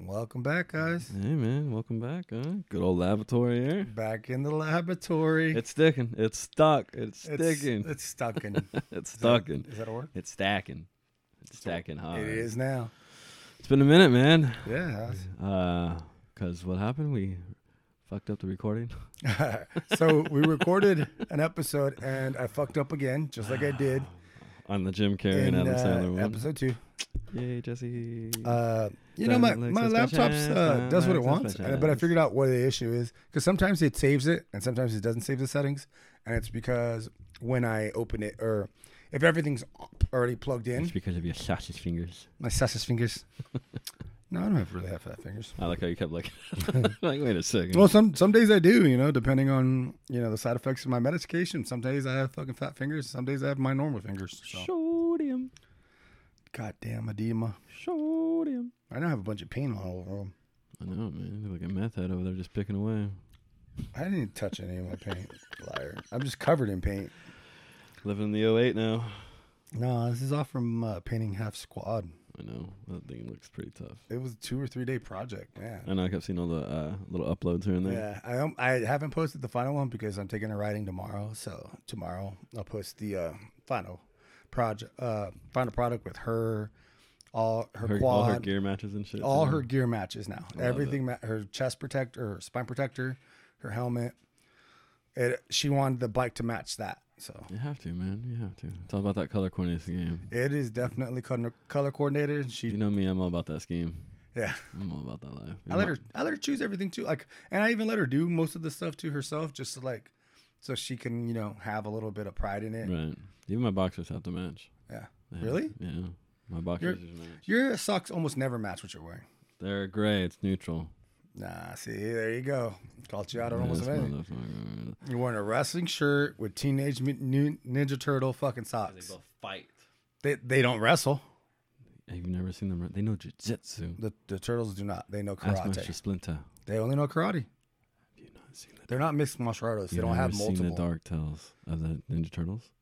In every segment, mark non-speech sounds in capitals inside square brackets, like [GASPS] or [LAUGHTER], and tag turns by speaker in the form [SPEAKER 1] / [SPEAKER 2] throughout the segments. [SPEAKER 1] Welcome back, guys.
[SPEAKER 2] Hey man, welcome back. Huh? Good old laboratory here.
[SPEAKER 1] Back in the laboratory.
[SPEAKER 2] Mm-hmm. It's sticking. It's stuck. It's
[SPEAKER 1] It's-
[SPEAKER 2] sticking.
[SPEAKER 1] It's
[SPEAKER 2] [LAUGHS]
[SPEAKER 1] stucking.
[SPEAKER 2] It's
[SPEAKER 1] Is that-
[SPEAKER 2] stucking.
[SPEAKER 1] Is that a word?
[SPEAKER 2] It's stacking. It's stacking hard.
[SPEAKER 1] It is now.
[SPEAKER 2] It's been a minute, man. [LAUGHS]
[SPEAKER 1] Yeah.
[SPEAKER 2] Uh, cause what happened? We fucked up the recording. [LAUGHS]
[SPEAKER 1] so we recorded an episode, and I fucked up again, just like I
[SPEAKER 2] [SIGHS]
[SPEAKER 1] did
[SPEAKER 2] on the Jim Carrey
[SPEAKER 1] in
[SPEAKER 2] and Adam Sandler
[SPEAKER 1] uh,
[SPEAKER 2] one.
[SPEAKER 1] episode two.
[SPEAKER 2] Yay, Jesse.
[SPEAKER 1] Uh, you know, my,
[SPEAKER 2] Doesn't look
[SPEAKER 1] my
[SPEAKER 2] suspicious,
[SPEAKER 1] laptop's uh,
[SPEAKER 2] don't
[SPEAKER 1] does what it
[SPEAKER 2] look
[SPEAKER 1] wants,
[SPEAKER 2] suspicious.
[SPEAKER 1] and- but I figured out what the issue is because sometimes it saves it and sometimes it doesn't save the settings, and it's because when I open it or if everything's already plugged in,
[SPEAKER 2] it's because of your sausage fingers.
[SPEAKER 1] my sausage fingers. [LAUGHS] no, I don't have really have fat fingers.
[SPEAKER 2] I like [LAUGHS] how you
[SPEAKER 1] [LAUGHS]
[SPEAKER 2] kept looking. like, wait a second.
[SPEAKER 1] Well, some some days I do, you know, depending on you know the side effects of my medication. Some days I have fucking fat fingers. Some days I have my normal fingers. So.
[SPEAKER 2] Sodium.
[SPEAKER 1] Goddamn edema!
[SPEAKER 2] Sodium.
[SPEAKER 1] I now have a bunch of pain all over 'em.
[SPEAKER 2] I know, man. You look like a meth head over there just picking away.
[SPEAKER 1] I didn't touch any of my paint. [LAUGHS] Liar! I'm just covered in paint.
[SPEAKER 2] Living in the 08 now.
[SPEAKER 1] No, this is all from uh, painting half squad.
[SPEAKER 2] I know. That thing looks pretty tough.
[SPEAKER 1] It was a two or three day project, man.
[SPEAKER 2] I know. I kept seeing all the uh, little uploads here and there.
[SPEAKER 1] Yeah, I um, I haven't posted the final one because I'm taking a writing tomorrow. So tomorrow I'll post the uh, final project, uh, final product with her, all her,
[SPEAKER 2] Her, all
[SPEAKER 1] quad,
[SPEAKER 2] her gear matches and shit.
[SPEAKER 1] all
[SPEAKER 2] too.
[SPEAKER 1] her gear matches now.
[SPEAKER 2] love
[SPEAKER 1] Everything, ma- her chest protector, her spine protector, her helmet. It, she wanted the bike to match that. So
[SPEAKER 2] You have to, man. You have to. It's all about that color coordinated scheme.
[SPEAKER 1] it is definitely color, color coordinated. She,
[SPEAKER 2] You know me. I'm all about that scheme.
[SPEAKER 1] yeah,
[SPEAKER 2] I'm all about that life.
[SPEAKER 1] I let her, I let her choose everything too. Like, and I even let her do most of the stuff to herself, just to like, so she can, you know, have a little bit of pride in it.
[SPEAKER 2] Right. Even my boxers have to match.
[SPEAKER 1] Yeah.
[SPEAKER 2] They have-
[SPEAKER 1] Really?
[SPEAKER 2] Yeah. My boxers just match.
[SPEAKER 1] Your socks almost never match what you're wearing.
[SPEAKER 2] They're gray. It's neutral.
[SPEAKER 1] Nah, see, there you go. Caught you out on
[SPEAKER 2] Yeah,
[SPEAKER 1] almost
[SPEAKER 2] that's my
[SPEAKER 1] everything.
[SPEAKER 2] left one.
[SPEAKER 1] You're wearing a wrestling shirt with Teenage Mutant Nin- Ninja Turtle fucking socks.
[SPEAKER 2] fight.
[SPEAKER 1] They they don't wrestle.
[SPEAKER 2] Have you never seen them? They know jujitsu.
[SPEAKER 1] The the turtles do not. They know
[SPEAKER 2] Ask
[SPEAKER 1] karate.
[SPEAKER 2] Master Splinter. Have
[SPEAKER 1] They only know karate.
[SPEAKER 2] you not seen the
[SPEAKER 1] They're not mixed martial artists. They
[SPEAKER 2] You've
[SPEAKER 1] don't have
[SPEAKER 2] never
[SPEAKER 1] multiple.
[SPEAKER 2] Seen the Dark Tales of the Ninja Turtles.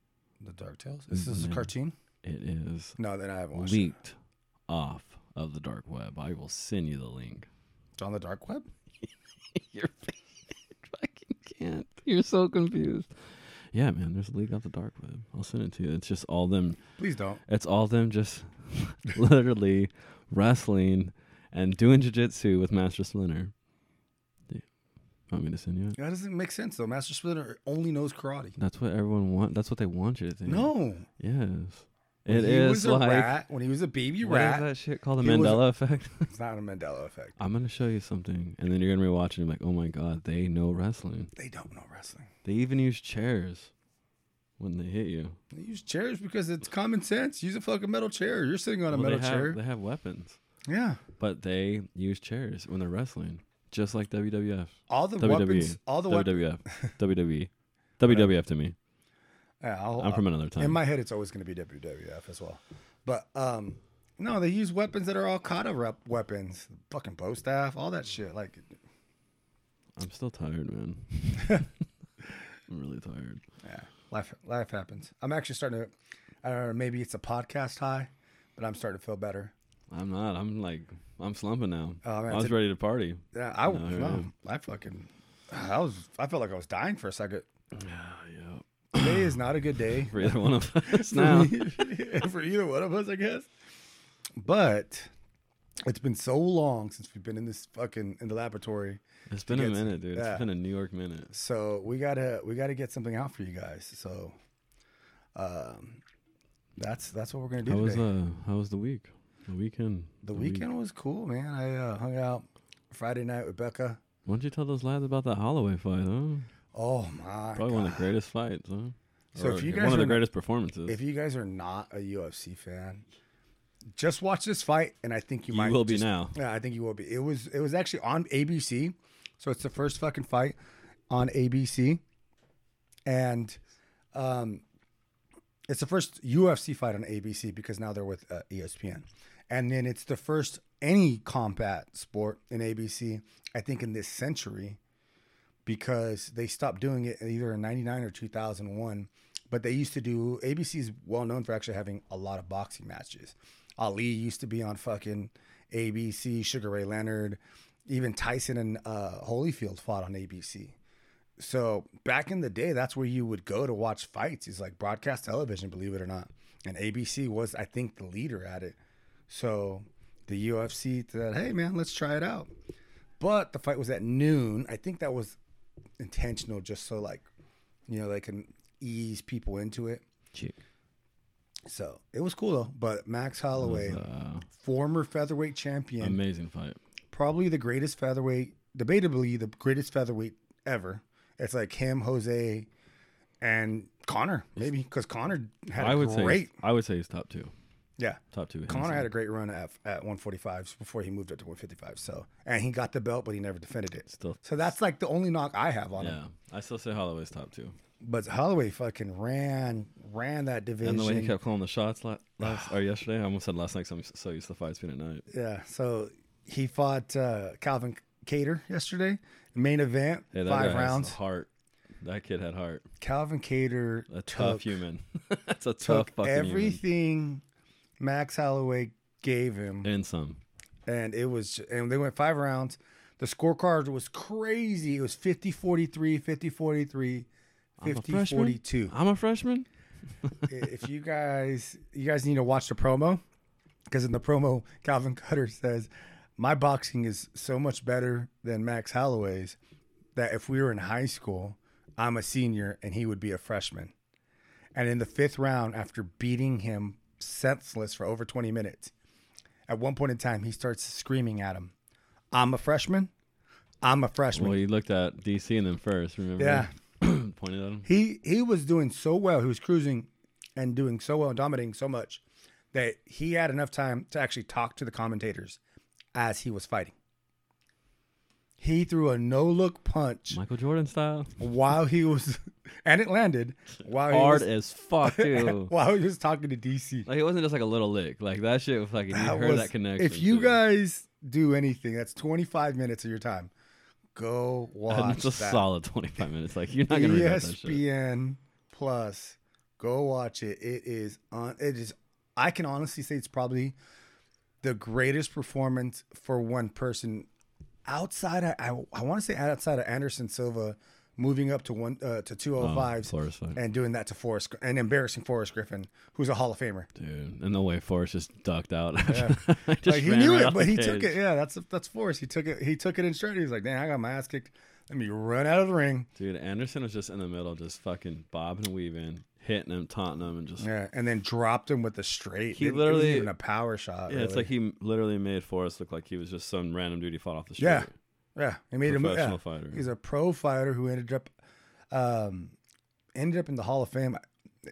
[SPEAKER 1] The Dark Tales. Is this a
[SPEAKER 2] Yeah.
[SPEAKER 1] cartoon?
[SPEAKER 2] It is
[SPEAKER 1] No, then I haven't watched it.
[SPEAKER 2] leaked off of the dark web. I will send you the link. [LAUGHS]
[SPEAKER 1] It's on the dark web.
[SPEAKER 2] You're [LAUGHS] fucking can't. You're so confused. Yeah, man. There's a leak off the dark web. I'll send it to you. It's just all them.
[SPEAKER 1] Please don't.
[SPEAKER 2] It's all them just [LAUGHS] literally wrestling and doing jujitsu with Master Splinter. Do you want me to send you it?
[SPEAKER 1] That doesn't make sense though. Master Splinter only knows karate.
[SPEAKER 2] That's what everyone want. That's what they want you to think.
[SPEAKER 1] No,
[SPEAKER 2] Yes.
[SPEAKER 1] When
[SPEAKER 2] It is
[SPEAKER 1] he was a
[SPEAKER 2] like
[SPEAKER 1] rat when he was a baby
[SPEAKER 2] What is
[SPEAKER 1] rat.
[SPEAKER 2] that shit called? The
[SPEAKER 1] He was-
[SPEAKER 2] Mandela effect?
[SPEAKER 1] It's not a Mandela effect.
[SPEAKER 2] I'm gonna show you something, and then you're gonna rewatch it and be like, oh my god, they know wrestling.
[SPEAKER 1] They don't know wrestling.
[SPEAKER 2] They even use chairs when they hit you.
[SPEAKER 1] They use chairs because it's common sense. Use a fucking metal chair. You're sitting on a
[SPEAKER 2] Well,
[SPEAKER 1] metal
[SPEAKER 2] they have,
[SPEAKER 1] chair.
[SPEAKER 2] They have weapons,
[SPEAKER 1] Yeah.
[SPEAKER 2] but they use chairs when they're wrestling, just like WWF,
[SPEAKER 1] All the
[SPEAKER 2] WWE,
[SPEAKER 1] weapons. All the weapons.
[SPEAKER 2] WWF,
[SPEAKER 1] [LAUGHS]
[SPEAKER 2] WWE, WWF to me.
[SPEAKER 1] Yeah, I'll- uh,
[SPEAKER 2] I'm from another time.
[SPEAKER 1] In my head, it's always going to be WWF as well. But um, no, they use weapons that are all kata rep weapons, fucking bow staff, all that shit. Like,
[SPEAKER 2] I'm still
[SPEAKER 1] [LAUGHS]
[SPEAKER 2] tired, man. I'm really tired.
[SPEAKER 1] yeah, life life happens. I'm actually starting to. I don't know. Maybe it's a podcast high, but I'm starting to feel better.
[SPEAKER 2] I'm not. I'm like, I'm slumping now.
[SPEAKER 1] Oh, man,
[SPEAKER 2] I was
[SPEAKER 1] did-
[SPEAKER 2] ready to party.
[SPEAKER 1] Yeah, I
[SPEAKER 2] No,
[SPEAKER 1] no,
[SPEAKER 2] Oh, yeah.
[SPEAKER 1] I fucking. I was. I felt like I was dying for a second.
[SPEAKER 2] yeah.
[SPEAKER 1] Today is not a good day.
[SPEAKER 2] For either
[SPEAKER 1] [LAUGHS]
[SPEAKER 2] one of us
[SPEAKER 1] for
[SPEAKER 2] now.
[SPEAKER 1] me- for either one of us, I guess. But it's been so long since we've been in this fucking in the laboratory.
[SPEAKER 2] It's been a
[SPEAKER 1] gets-
[SPEAKER 2] minute, dude.
[SPEAKER 1] yeah.
[SPEAKER 2] It's been a New York minute.
[SPEAKER 1] So we gotta we gotta get something out for you guys. So um that's that's what we're gonna do
[SPEAKER 2] How
[SPEAKER 1] today.
[SPEAKER 2] was uh how was the week? The weekend.
[SPEAKER 1] the
[SPEAKER 2] week-
[SPEAKER 1] weekend was cool, man. I uh, hung out Friday night with Becca.
[SPEAKER 2] Why don't you tell those lads about that Holloway fight, huh?
[SPEAKER 1] Oh my
[SPEAKER 2] Probably one of
[SPEAKER 1] God.
[SPEAKER 2] the greatest fights, huh?
[SPEAKER 1] So if
[SPEAKER 2] Or
[SPEAKER 1] you guys
[SPEAKER 2] one of
[SPEAKER 1] were
[SPEAKER 2] the
[SPEAKER 1] not-
[SPEAKER 2] greatest performances.
[SPEAKER 1] if you guys are not a UFC fan, just watch this fight and I think you,
[SPEAKER 2] You
[SPEAKER 1] might
[SPEAKER 2] will be
[SPEAKER 1] just-
[SPEAKER 2] now.
[SPEAKER 1] Yeah, I think you will be. It was it was actually on ABC, so it's the first fucking fight on ABC, and um, it's the first UFC fight on ABC because now they're with uh, ESPN, and then it's the first any combat sport in ABC. I think in this century, because they stopped doing it either in '99 or 2001. But they used to do ABC is well known for actually having a lot of boxing matches. Ali used to be on fucking ABC, Sugar Ray Leonard, even Tyson and uh, Holyfield fought on ABC. So back in the day, that's where you would go to watch fights. It's like broadcast television, believe it or not. And ABC was, I think, the leader at it. So the UFC said, hey, man, let's try it out. But the fight was at noon. I think that was intentional just so, like, you know, they can ease people into it.
[SPEAKER 2] Gee,
[SPEAKER 1] So it was cool though. But Max
[SPEAKER 2] that was,
[SPEAKER 1] Holloway,
[SPEAKER 2] uh,
[SPEAKER 1] former featherweight champion,
[SPEAKER 2] amazing fight.
[SPEAKER 1] probably the greatest featherweight, debatably the greatest featherweight ever. It's like him, Jose, and Connor, maybe because Connor had
[SPEAKER 2] I
[SPEAKER 1] a
[SPEAKER 2] would
[SPEAKER 1] great,
[SPEAKER 2] say I would say he's top two.
[SPEAKER 1] yeah.
[SPEAKER 2] Top two.
[SPEAKER 1] Connor had a great run at, at 145 before he moved up to 155. So and he got the belt, but he never defended it.
[SPEAKER 2] still.
[SPEAKER 1] So that's like the only knock I have on him.
[SPEAKER 2] Yeah, I still say Holloway's top two.
[SPEAKER 1] But Holloway fucking ran, ran that division.
[SPEAKER 2] And the way he kept calling the shots la-
[SPEAKER 1] [SIGHS]
[SPEAKER 2] last or yesterday, I almost said last night. Cause I'm s- so used to fights being at night.
[SPEAKER 1] Yeah. So he fought uh, Calvin Cater yesterday, main event,
[SPEAKER 2] Hey, that guy
[SPEAKER 1] five
[SPEAKER 2] has
[SPEAKER 1] rounds.
[SPEAKER 2] heart. That kid had heart.
[SPEAKER 1] Calvin Cater
[SPEAKER 2] A tough
[SPEAKER 1] took,
[SPEAKER 2] human. [LAUGHS] That's a tough
[SPEAKER 1] took
[SPEAKER 2] fucking human.
[SPEAKER 1] everything Max Holloway gave him,
[SPEAKER 2] And some.
[SPEAKER 1] and it was, and they went five rounds. The scorecard was crazy. It was 50 43, 50 43,
[SPEAKER 2] I'm a
[SPEAKER 1] 50
[SPEAKER 2] freshman?
[SPEAKER 1] 42.
[SPEAKER 2] I'm a freshman.
[SPEAKER 1] if you guys you guys need to watch the promo because in the promo calvin cutter says my boxing is so much better than max holloway's that if we were in high school i'm a senior and he would be a freshman and in the fifth round after beating him senseless for over 20 minutes at one point in time he starts screaming at him i'm a freshman i'm a freshman
[SPEAKER 2] Well, he looked at DC and then first. Remember?
[SPEAKER 1] yeah
[SPEAKER 2] [CLEARS THROAT] Pointed at him.
[SPEAKER 1] he he was doing so well. He was cruising and doing so well, and dominating so much that he had enough time to actually talk to the commentators as he was fighting. He threw a no look punch
[SPEAKER 2] [LAUGHS] Michael Jordan style.
[SPEAKER 1] while he was, and it landed while he
[SPEAKER 2] Hard
[SPEAKER 1] was, [LAUGHS]
[SPEAKER 2] as fuck too.
[SPEAKER 1] while he was talking to DC.
[SPEAKER 2] like it wasn't just like a little lick. Like that shit was like you
[SPEAKER 1] That
[SPEAKER 2] heard
[SPEAKER 1] was-
[SPEAKER 2] that connection.
[SPEAKER 1] If you
[SPEAKER 2] too.
[SPEAKER 1] guys do anything, that's twenty five minutes of your time. Go
[SPEAKER 2] And
[SPEAKER 1] watch
[SPEAKER 2] [LAUGHS] it's a
[SPEAKER 1] that.
[SPEAKER 2] solid 25 minutes. Like you're not gonna regret
[SPEAKER 1] E
[SPEAKER 2] that shit.
[SPEAKER 1] ESPN Plus. Go watch it. It is on. It is. I can honestly say it's probably the greatest performance for one person outside. Of, I I want to say outside of Anderson Silva, moving up to one uh, to two
[SPEAKER 2] Oh,
[SPEAKER 1] hundred five
[SPEAKER 2] Flores fight.
[SPEAKER 1] and doing that to Forrest and embarrassing Forrest Griffin, who's a Hall of Famer.
[SPEAKER 2] Dude, and the way Forrest just ducked out. [LAUGHS] Just
[SPEAKER 1] Like, he
[SPEAKER 2] ran
[SPEAKER 1] knew
[SPEAKER 2] right
[SPEAKER 1] it,
[SPEAKER 2] off
[SPEAKER 1] but
[SPEAKER 2] the
[SPEAKER 1] he took
[SPEAKER 2] cage.
[SPEAKER 1] it. Yeah, that's that's Forrest. He took it. He took it in stride. He was like, "Dang, I got my ass kicked. Let me run out of the ring."
[SPEAKER 2] Dude, Anderson was just in the middle, just fucking bobbing and weaving, hitting him, taunting him, and just yeah.
[SPEAKER 1] Yeah, and then dropped him with a straight.
[SPEAKER 2] He
[SPEAKER 1] It- it wasn't
[SPEAKER 2] literally-
[SPEAKER 1] even a power shot.
[SPEAKER 2] it's
[SPEAKER 1] really.
[SPEAKER 2] like he literally made Forrest look like he was just some random dude he fought off the street.
[SPEAKER 1] yeah, yeah. He made him. Yeah.
[SPEAKER 2] professional fighter.
[SPEAKER 1] He's a pro fighter who ended up, um, ended up in the Hall of Fame.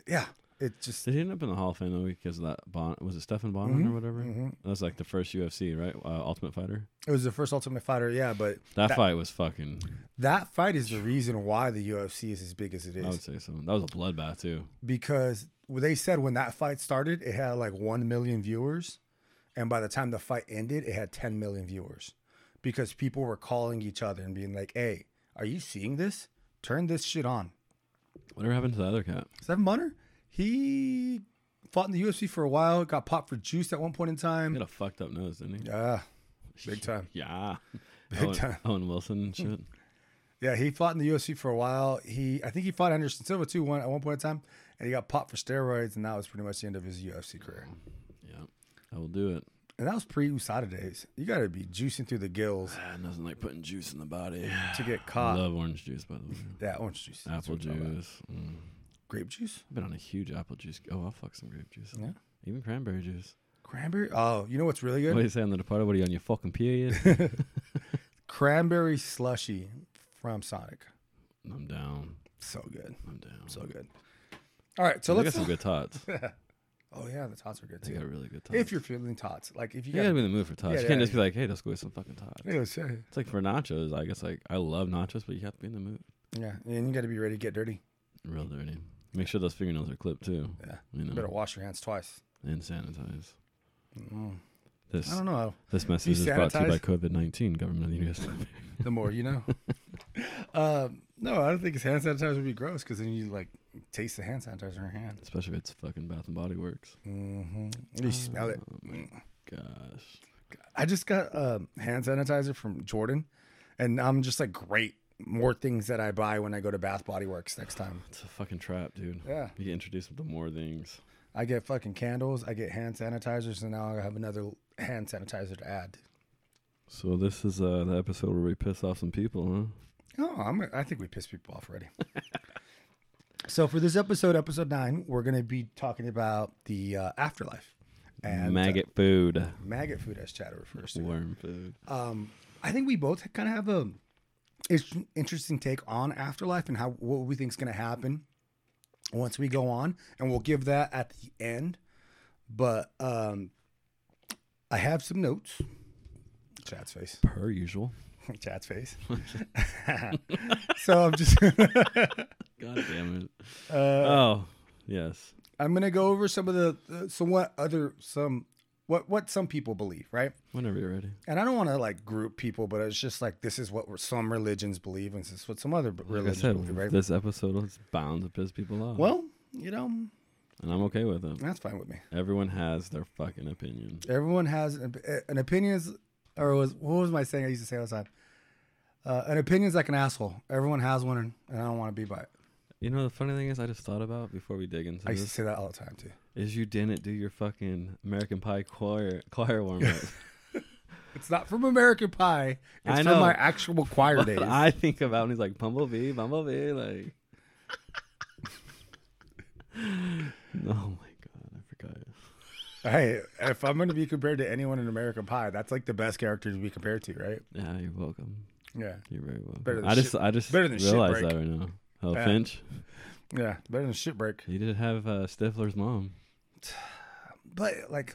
[SPEAKER 1] Yeah, it just
[SPEAKER 2] Did he end up in the Hall of Fame though because of that Bon? Was it Stefan Bonner
[SPEAKER 1] Mm-hmm.
[SPEAKER 2] or whatever? That was like the first UFC, right? Uh, Ultimate Fighter.
[SPEAKER 1] it was the first Ultimate Fighter. Yeah, but
[SPEAKER 2] That, fight was fucking.
[SPEAKER 1] that fight is the reason why the UFC is as big as it
[SPEAKER 2] I would
[SPEAKER 1] is
[SPEAKER 2] say so. That was a bloodbath too.
[SPEAKER 1] because they said when that fight started, it had like one million viewers, and by the time the fight ended, it had ten million viewers because people were calling each other and being like, "Hey, are you seeing this? Turn this shit on."
[SPEAKER 2] Whatever happened to the other cat?
[SPEAKER 1] Seven Bunner, he fought in the UFC for a while, got popped for juice at one point in
[SPEAKER 2] He
[SPEAKER 1] time.
[SPEAKER 2] had a fucked up nose, didn't he?
[SPEAKER 1] Yeah, big time.
[SPEAKER 2] Yeah.
[SPEAKER 1] [LAUGHS] Big
[SPEAKER 2] Owen,
[SPEAKER 1] time. Hmm.
[SPEAKER 2] Owen Wilson and shit.
[SPEAKER 1] Yeah, he fought in the UFC for a while. He, I think he fought Anderson Silva too one at one point in time, and he got popped for steroids, and that was pretty much the end of his UFC career.
[SPEAKER 2] yeah, I will do it.
[SPEAKER 1] And that was pre USADA days. You got to be juicing through the gills
[SPEAKER 2] Ah, nothing like putting juice in the body. Uh,
[SPEAKER 1] to
[SPEAKER 2] [SIGHS]
[SPEAKER 1] get
[SPEAKER 2] I
[SPEAKER 1] caught.
[SPEAKER 2] love orange juice, by [LAUGHS] the way.
[SPEAKER 1] Yeah, orange juice, That's
[SPEAKER 2] Apple
[SPEAKER 1] what we're talking about.
[SPEAKER 2] juice. Mm.
[SPEAKER 1] grape juice,
[SPEAKER 2] I've been on a huge apple juice. Oh, I'll fuck some grape juice.
[SPEAKER 1] Yeah.
[SPEAKER 2] Even cranberry juice.
[SPEAKER 1] cranberry. Oh, you know what's really good?
[SPEAKER 2] What do you say on the departed? What are you on your fucking
[SPEAKER 1] [LAUGHS]
[SPEAKER 2] period?
[SPEAKER 1] Cranberry slushy from Sonic.
[SPEAKER 2] I'm down.
[SPEAKER 1] So good,
[SPEAKER 2] I'm down.
[SPEAKER 1] so good. All right, so
[SPEAKER 2] I got
[SPEAKER 1] let's.
[SPEAKER 2] some good
[SPEAKER 1] [LAUGHS]
[SPEAKER 2] tots.
[SPEAKER 1] Oh yeah, the tots are good
[SPEAKER 2] I
[SPEAKER 1] too.
[SPEAKER 2] got really good tots.
[SPEAKER 1] If you're feeling tots, like if you
[SPEAKER 2] you gotta
[SPEAKER 1] got,
[SPEAKER 2] be in the mood for tots.
[SPEAKER 1] Yeah,
[SPEAKER 2] you can't
[SPEAKER 1] yeah,
[SPEAKER 2] just be like, hey, let's go get some fucking tots.
[SPEAKER 1] yeah, sure.
[SPEAKER 2] It's like for nachos, I guess like I love nachos, but you have to be in the mood.
[SPEAKER 1] yeah, and you got to be ready to get dirty.
[SPEAKER 2] Real dirty. Make sure those fingernails are clipped too.
[SPEAKER 1] Yeah,
[SPEAKER 2] You
[SPEAKER 1] you
[SPEAKER 2] know,
[SPEAKER 1] better wash your hands twice.
[SPEAKER 2] and sanitized.
[SPEAKER 1] Mm. I
[SPEAKER 2] This
[SPEAKER 1] don't
[SPEAKER 2] [LAUGHS]
[SPEAKER 1] know.
[SPEAKER 2] this message is brought to you by
[SPEAKER 1] sanitize?
[SPEAKER 2] COVID nineteen, government of the U.S.
[SPEAKER 1] The more you know. um, no, I don't think it's hand sanitizer would be gross because then you like taste the hand sanitizer in your hand.
[SPEAKER 2] [LAUGHS] Especially if it's fucking Bath and Body Works.
[SPEAKER 1] Mm-hmm. You smell it.
[SPEAKER 2] Oh my gosh.
[SPEAKER 1] I just got um, hand sanitizer from Jordan, and I'm just like, great. More things that I buy when I go to Bath Body Works next time.
[SPEAKER 2] It's a fucking trap, dude.
[SPEAKER 1] Yeah.
[SPEAKER 2] You get introduced to more things.
[SPEAKER 1] I get fucking candles. I get hand sanitizers, and now I have another hand sanitizer to add.
[SPEAKER 2] So this is uh, the episode where we piss off some people, huh?
[SPEAKER 1] Oh, I'm, I think we pissed people off already. [LAUGHS] so for this episode, episode nine, we're gonna be talking about the uh, afterlife and uh,
[SPEAKER 2] Maggot food,
[SPEAKER 1] maggot food, as Chad refers to. it.
[SPEAKER 2] worm food.
[SPEAKER 1] Um, I think we both kind of have a it's an interesting take on afterlife and how what we think is gonna happen once we go on, and we'll give that at the end. But um, I have some notes. Chad's face. [LAUGHS]
[SPEAKER 2] Per usual.
[SPEAKER 1] Chad's face. [LAUGHS] so I'm just
[SPEAKER 2] God damn it.
[SPEAKER 1] [LAUGHS] uh,
[SPEAKER 2] oh, yes.
[SPEAKER 1] I'm gonna go over some of the uh, some what other some what what some people believe, right?
[SPEAKER 2] Whenever you're ready.
[SPEAKER 1] And I don't want to like group people, but it's just like this is what we're, some religions believe, and this is what some other b-
[SPEAKER 2] Like I
[SPEAKER 1] religions
[SPEAKER 2] said,
[SPEAKER 1] believe, right?
[SPEAKER 2] this episode is bound to piss people off.
[SPEAKER 1] well, you know,
[SPEAKER 2] and I'm okay with it.
[SPEAKER 1] that's fine with me.
[SPEAKER 2] Everyone has their fucking opinion.
[SPEAKER 1] Everyone has an, an opinion, is- or was what was my saying? I used to say all the time. Uh, an opinion's like an asshole. Everyone has one, and, and I don't want to be by it.
[SPEAKER 2] You know, the funny thing is, I just thought about before we dig into
[SPEAKER 1] I used to
[SPEAKER 2] this
[SPEAKER 1] say that all the time too.
[SPEAKER 2] is you didn't do your fucking American Pie choir
[SPEAKER 1] [LAUGHS]
[SPEAKER 2] choir warm up. [LAUGHS]
[SPEAKER 1] It's not from American Pie.
[SPEAKER 2] I
[SPEAKER 1] It's
[SPEAKER 2] know.
[SPEAKER 1] from my actual choir days.
[SPEAKER 2] I think about when he's like Bumblebee, Bumblebee, like. [LAUGHS] oh my god, I forgot.
[SPEAKER 1] Hey, if I'm going to be compared to anyone in American Pie, that's like the best character to be compared to, right?
[SPEAKER 2] Yeah, you're welcome.
[SPEAKER 1] Yeah,
[SPEAKER 2] You're very welcome.
[SPEAKER 1] Better than
[SPEAKER 2] I just,
[SPEAKER 1] shit-
[SPEAKER 2] I just
[SPEAKER 1] better than shit
[SPEAKER 2] realized
[SPEAKER 1] break.
[SPEAKER 2] that right now. Oh,
[SPEAKER 1] Yeah.
[SPEAKER 2] Finch,
[SPEAKER 1] yeah, better than shit break.
[SPEAKER 2] you did have uh, Stifler's mom.
[SPEAKER 1] But like,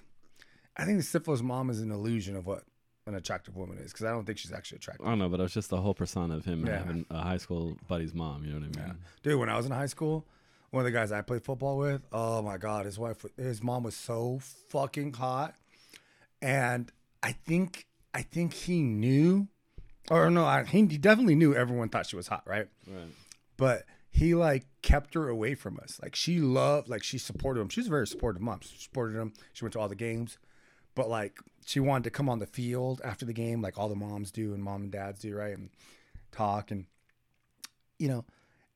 [SPEAKER 1] I think the syphilis mom is an illusion of what an attractive woman is because I don't think she's actually attractive.
[SPEAKER 2] I don't know, but it was just the whole persona of him
[SPEAKER 1] Yeah.
[SPEAKER 2] having a high school buddy's mom. You know what I mean?
[SPEAKER 1] Yeah. Mm-hmm. Dude, when I was in high school, one of the guys I played football with, oh my god, his wife, his mom was so fucking hot, and I think I think he knew, or no, I, he definitely knew everyone thought she was hot, right?
[SPEAKER 2] Right.
[SPEAKER 1] but he like kept her away from us. Like she loved, like she supported him. She was a very supportive mom. She supported him. She went to all the games, but like she wanted to come on the field after the game, like all the moms do and mom and dads do, right? And talk and you know,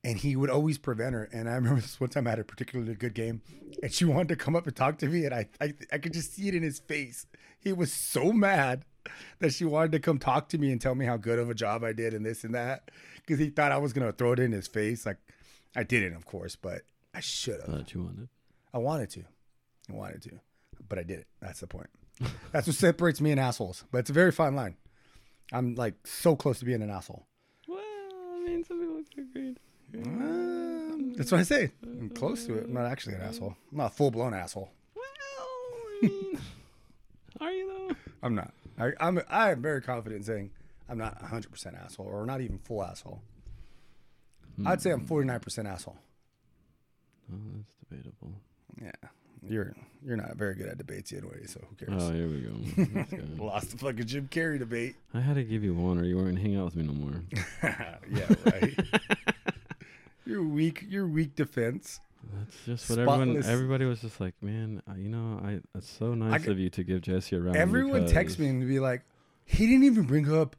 [SPEAKER 1] and he would always prevent her. And I remember [LAUGHS] this one time I had a particularly good game, and she wanted to come up and talk to me, and I I, I could just see it in his face. He was so mad that she wanted to come talk to me and tell me how good of a job I did and this and that, because he thought I was gonna throw it in his face. Like I didn't, of course, but I should have.
[SPEAKER 2] That you wanted.
[SPEAKER 1] I wanted to, I wanted to, but I did it. That's the point. That's what separates me and assholes. But it's a very fine line. I'm like so close to being an asshole.
[SPEAKER 2] Well, I mean, some people agreed.
[SPEAKER 1] Um, that's what I say. I'm close to it. I'm not actually an asshole. I'm not a full blown asshole.
[SPEAKER 2] Well, [LAUGHS] I mean, are you though?
[SPEAKER 1] I'm not. I, I'm. I am very confident in saying I'm not 100 percent asshole, or not even full asshole. I'd say I'm 49 percent asshole.
[SPEAKER 2] Oh, that's debatable.
[SPEAKER 1] Yeah, you're you're not very good at debates anyway, so who
[SPEAKER 2] Oh,
[SPEAKER 1] cares?
[SPEAKER 2] here we go.
[SPEAKER 1] [LAUGHS]
[SPEAKER 2] Let's go.
[SPEAKER 1] Lost the fucking Jim Carrey debate.
[SPEAKER 2] I had to give you one, or you weren't gonna hang out with me no more.
[SPEAKER 1] [LAUGHS] yeah, [LAUGHS] right. your weak, your weak defense.
[SPEAKER 2] That's just what everyone.
[SPEAKER 1] Spotless.
[SPEAKER 2] Everybody was just like, man, I, you know, I. It's so nice
[SPEAKER 1] g-
[SPEAKER 2] of you to give Jesse
[SPEAKER 1] Oh,
[SPEAKER 2] a round.
[SPEAKER 1] Everyone texts
[SPEAKER 2] because
[SPEAKER 1] me and be like, "He didn't even bring up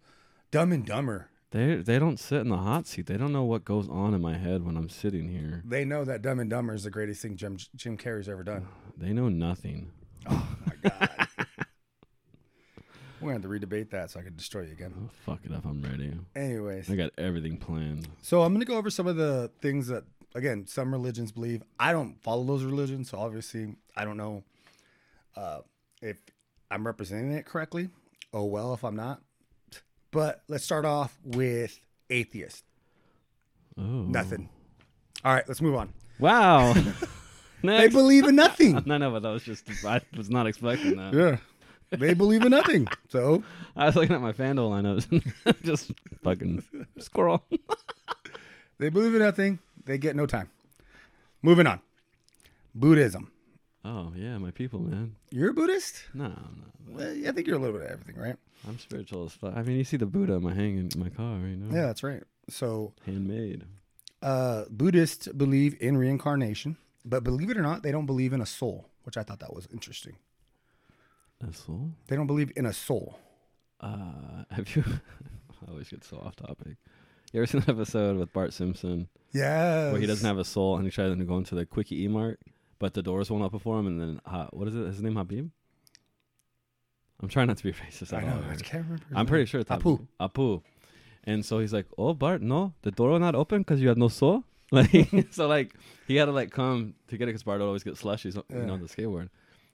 [SPEAKER 1] Dumb and Dumber."
[SPEAKER 2] They they don't sit in the hot seat. They don't know what goes on in my head when I'm sitting here.
[SPEAKER 1] They know that Dumb and Dumber is the greatest thing Jim Jim Carrey's ever done.
[SPEAKER 2] They know nothing.
[SPEAKER 1] Oh my god. [LAUGHS] We're gonna have to redebate that so I can destroy you again.
[SPEAKER 2] I'll fuck it up. I'm ready.
[SPEAKER 1] Anyways,
[SPEAKER 2] I got everything planned.
[SPEAKER 1] so I'm gonna go over some of the things that again some religions believe. I don't follow those religions, so obviously I don't know uh, if I'm representing it correctly. Oh well, if I'm not. But let's start off with atheist.
[SPEAKER 2] Oh,
[SPEAKER 1] Nothing. All right, let's move on. [LAUGHS]
[SPEAKER 2] Wow. [LAUGHS]
[SPEAKER 1] They
[SPEAKER 2] Next. [LAUGHS]
[SPEAKER 1] believe in nothing.
[SPEAKER 2] no, no, but that was just. I was not expecting that.
[SPEAKER 1] Yeah, they believe in nothing. So
[SPEAKER 2] I was looking at my Fanduel lineups, [LAUGHS] just fucking squirrel.
[SPEAKER 1] They believe in nothing. They get no time. Moving on. Buddhism.
[SPEAKER 2] Oh yeah, my people, man.
[SPEAKER 1] You're a Buddhist?
[SPEAKER 2] No, I'm not.
[SPEAKER 1] Well, I think you're a little bit of everything, right?
[SPEAKER 2] I'm spiritual as fuck. I mean, you see the Buddha in my hanging in my car, you know,
[SPEAKER 1] Yeah, that's right. So,
[SPEAKER 2] handmade.
[SPEAKER 1] uh, Buddhists believe in reincarnation, but believe it or not, they don't believe in a soul, which I thought that was interesting.
[SPEAKER 2] A soul?
[SPEAKER 1] They don't believe in a soul.
[SPEAKER 2] Uh, [LAUGHS] have you? I always get so off topic. You ever seen that episode with Bart Simpson
[SPEAKER 1] Yeah.
[SPEAKER 2] where he doesn't have a soul and he tries to go into the quickie E Mart, but the doors won't open for him? And then uh, what is it? His name Habib? I'm trying not to be [LAUGHS] racist.
[SPEAKER 1] I
[SPEAKER 2] at
[SPEAKER 1] know.
[SPEAKER 2] all
[SPEAKER 1] I
[SPEAKER 2] here.
[SPEAKER 1] can't remember. his
[SPEAKER 2] I'm
[SPEAKER 1] name.
[SPEAKER 2] pretty sure it's
[SPEAKER 1] Apu.
[SPEAKER 2] Apu. Apu. And so he's like, "Oh, Bart, no, the door will not open because you have no soul." [LAUGHS] Like, so like he had to like come to get it because Bart would always get slushies, you know,
[SPEAKER 1] Yeah.
[SPEAKER 2] on the skateboard.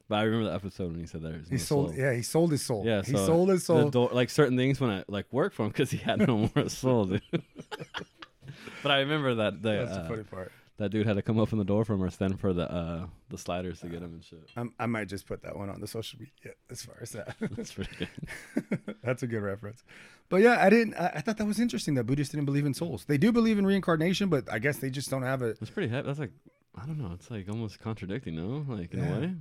[SPEAKER 2] But I remember the episode when he said that there's
[SPEAKER 1] He
[SPEAKER 2] no
[SPEAKER 1] sold.
[SPEAKER 2] soul.
[SPEAKER 1] Yeah, he sold his soul.
[SPEAKER 2] Yeah,
[SPEAKER 1] he
[SPEAKER 2] so
[SPEAKER 1] sold his
[SPEAKER 2] The
[SPEAKER 1] soul.
[SPEAKER 2] door, like certain things when I like worked for him because he had no more soul, dude. [LAUGHS] but I remember that the,
[SPEAKER 1] That's
[SPEAKER 2] uh,
[SPEAKER 1] the funny part.
[SPEAKER 2] that dude had to come up in the door from or stand for the uh, the sliders to get him and shit.
[SPEAKER 1] I'm, I might just put that one on the social media as far as that. [LAUGHS]
[SPEAKER 2] [LAUGHS] That's pretty good.
[SPEAKER 1] That's a good reference. But yeah, I didn't. I, I thought that was interesting that Buddhists didn't believe in souls. They do believe in reincarnation, but I guess they just don't have a.
[SPEAKER 2] That's pretty heavy. That's like I don't know. It's like almost contradicting, no? Like in
[SPEAKER 1] Yeah.
[SPEAKER 2] a way,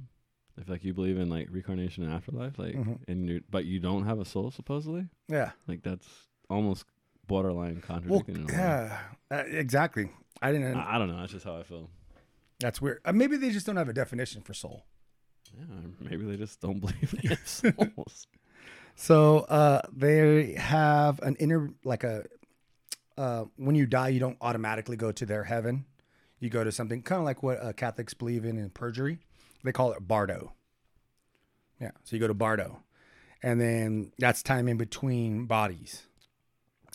[SPEAKER 2] if like you believe in like reincarnation and afterlife, like
[SPEAKER 1] Mhm.
[SPEAKER 2] and you but you don't have a soul supposedly,
[SPEAKER 1] Yeah.
[SPEAKER 2] like that's almost borderline
[SPEAKER 1] Well,
[SPEAKER 2] contradicting. in a way.
[SPEAKER 1] yeah. Uh, exactly. I didn't.
[SPEAKER 2] I, I don't know. That's just how I feel.
[SPEAKER 1] that's weird. Uh, maybe they just don't have a definition for soul.
[SPEAKER 2] Yeah, or maybe they just don't [LAUGHS] believe in souls.
[SPEAKER 1] So uh, they have an inner like a uh, when you die, you don't automatically go to their heaven. You go to something kind of like what uh, Catholics believe in in perjury. They call it bardo. Yeah, so you go to bardo, and then that's time in between bodies,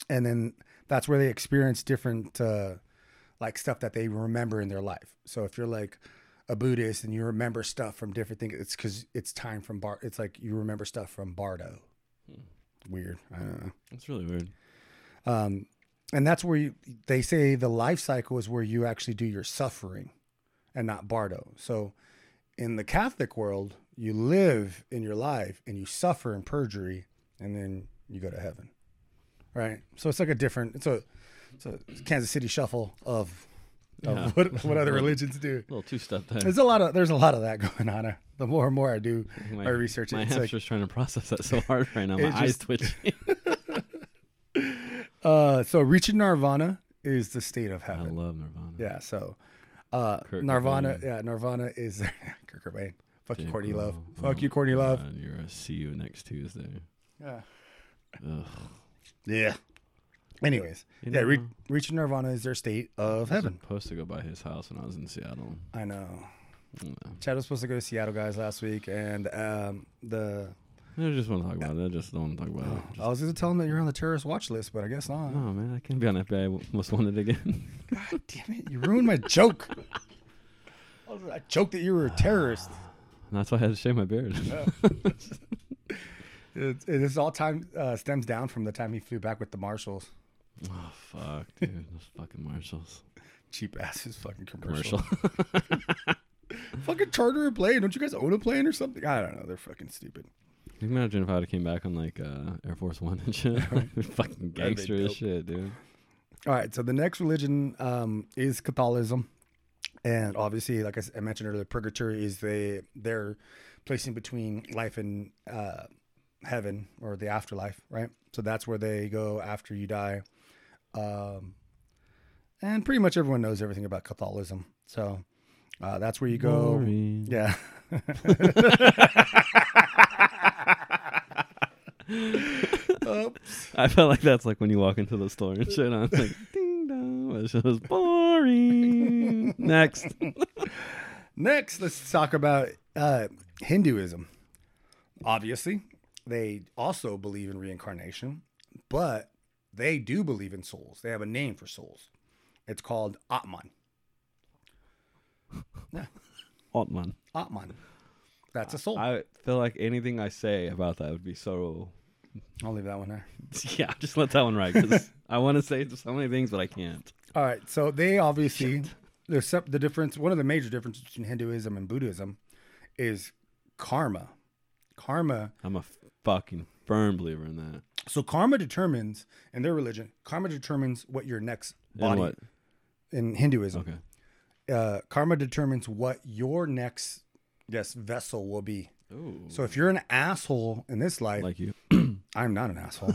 [SPEAKER 1] and then that's where they experience different uh, like stuff that they remember in their life. So if you're like a Buddhist and you remember stuff from different things, it's because it's time from bar. It's like you remember stuff from bardo. Weird. I don't know.
[SPEAKER 2] That's really weird.
[SPEAKER 1] Um, and that's where you, they say the life cycle is where you actually do your suffering and not bardo. So in the Catholic world, you live in your life and you suffer in perjury and then you go to heaven. Right? So it's like a different, it's a, it's a Kansas City shuffle of, of
[SPEAKER 2] Yeah.
[SPEAKER 1] what, what
[SPEAKER 2] [LAUGHS]
[SPEAKER 1] other religions do.
[SPEAKER 2] A little two step there.
[SPEAKER 1] There's a lot of, there's a lot of that [LAUGHS] going on. The more and more I do
[SPEAKER 2] My,
[SPEAKER 1] my research,
[SPEAKER 2] my
[SPEAKER 1] it's like,
[SPEAKER 2] hamster's trying to process that so hard right now. My
[SPEAKER 1] It
[SPEAKER 2] eyes
[SPEAKER 1] just- [LAUGHS]
[SPEAKER 2] twitching.
[SPEAKER 1] uh, so reaching nirvana is the state of
[SPEAKER 2] I
[SPEAKER 1] heaven.
[SPEAKER 2] love Nirvana.
[SPEAKER 1] Yeah, so uh
[SPEAKER 2] Kurt
[SPEAKER 1] Nirvana,
[SPEAKER 2] Cobain.
[SPEAKER 1] yeah, Nirvana is [LAUGHS] Kurt Cobain. Fuck you,
[SPEAKER 2] Jake
[SPEAKER 1] Courtney Love.
[SPEAKER 2] Rowe.
[SPEAKER 1] Fuck
[SPEAKER 2] Oh
[SPEAKER 1] you,
[SPEAKER 2] my
[SPEAKER 1] Courtney Love.
[SPEAKER 2] God, You're a see you next Tuesday.
[SPEAKER 1] Yeah.
[SPEAKER 2] Ugh.
[SPEAKER 1] Yeah. Anyways,
[SPEAKER 2] You
[SPEAKER 1] yeah, re-
[SPEAKER 2] know-
[SPEAKER 1] reaching Nirvana is their state of
[SPEAKER 2] I was
[SPEAKER 1] heaven.
[SPEAKER 2] supposed to go by his house when I was in Seattle. Mm.
[SPEAKER 1] I know.
[SPEAKER 2] Yeah.
[SPEAKER 1] Chad was supposed to go to Seattle guys last week, and um, the
[SPEAKER 2] I just want to talk about it. I just don't want to talk about it. Oh, Just-
[SPEAKER 1] I was going to tell him that you're on the terrorist watch list, but I guess not.
[SPEAKER 2] no, man, I can't be on FBI w- Most Wanted again. [LAUGHS]
[SPEAKER 1] God damn it! You ruined my joke. I was- I joked that you were a
[SPEAKER 2] [SIGHS]
[SPEAKER 1] terrorist.
[SPEAKER 2] And that's why I had to shave my beard.
[SPEAKER 1] It, it is all time uh, stems down from the time he flew back with the marshals.
[SPEAKER 2] [LAUGHS] oh, fuck, dude. Those fucking
[SPEAKER 1] [LAUGHS]
[SPEAKER 2] marshals.
[SPEAKER 1] Cheap asses, fucking commercial.
[SPEAKER 2] Commercial.
[SPEAKER 1] fucking charter a plane. Don't you guys own a plane or something? I don't know. They're fucking stupid.
[SPEAKER 2] Can you [LAUGHS] imagine if I would have came back on like uh, Air Force One and shit? [LAUGHS] fucking
[SPEAKER 1] That'd be
[SPEAKER 2] gangster as
[SPEAKER 1] dope.
[SPEAKER 2] shit, dude.
[SPEAKER 1] All right. So the next religion um, is Catholicism, and obviously, like I, s- I mentioned earlier, purgatory is the their place in between life and uh, heaven or the afterlife, right? So that's where they go after you die. Um, and pretty much everyone knows everything about Catholicism. So uh, that's where you go.
[SPEAKER 2] Boring.
[SPEAKER 1] Yeah. [LAUGHS] Oops.
[SPEAKER 2] I felt like that's like when you walk into the store and shit. I'm like, [LAUGHS] ding dong. That shit
[SPEAKER 1] [LAUGHS]
[SPEAKER 2] was boring. Next.
[SPEAKER 1] Next, let's talk about uh, Hinduism. Obviously, they also believe in reincarnation, but they do believe in souls. They have a name for souls. It's called Atman. Yeah,
[SPEAKER 2] Altman.
[SPEAKER 1] Atman. That's a soul.
[SPEAKER 2] I feel like anything I say about that would be so.
[SPEAKER 1] I'll leave that one there.
[SPEAKER 2] [LAUGHS] Yeah, just let that one ride. [LAUGHS] 'cause I want to say so many things, but I can't.
[SPEAKER 1] All right, so they obviously there's some, the difference. One of the major differences between Hinduism and Buddhism is karma. Karma.
[SPEAKER 2] I'm a fucking firm believer in that.
[SPEAKER 1] So karma determines in their religion. Karma determines what your next
[SPEAKER 2] And
[SPEAKER 1] body
[SPEAKER 2] what?
[SPEAKER 1] in Hinduism.
[SPEAKER 2] Okay.
[SPEAKER 1] Uh, karma determines what your next yes vessel will be.
[SPEAKER 2] Ooh.
[SPEAKER 1] So if you're an asshole in this life,
[SPEAKER 2] like you.
[SPEAKER 1] I'm not an
[SPEAKER 2] [LAUGHS]
[SPEAKER 1] asshole.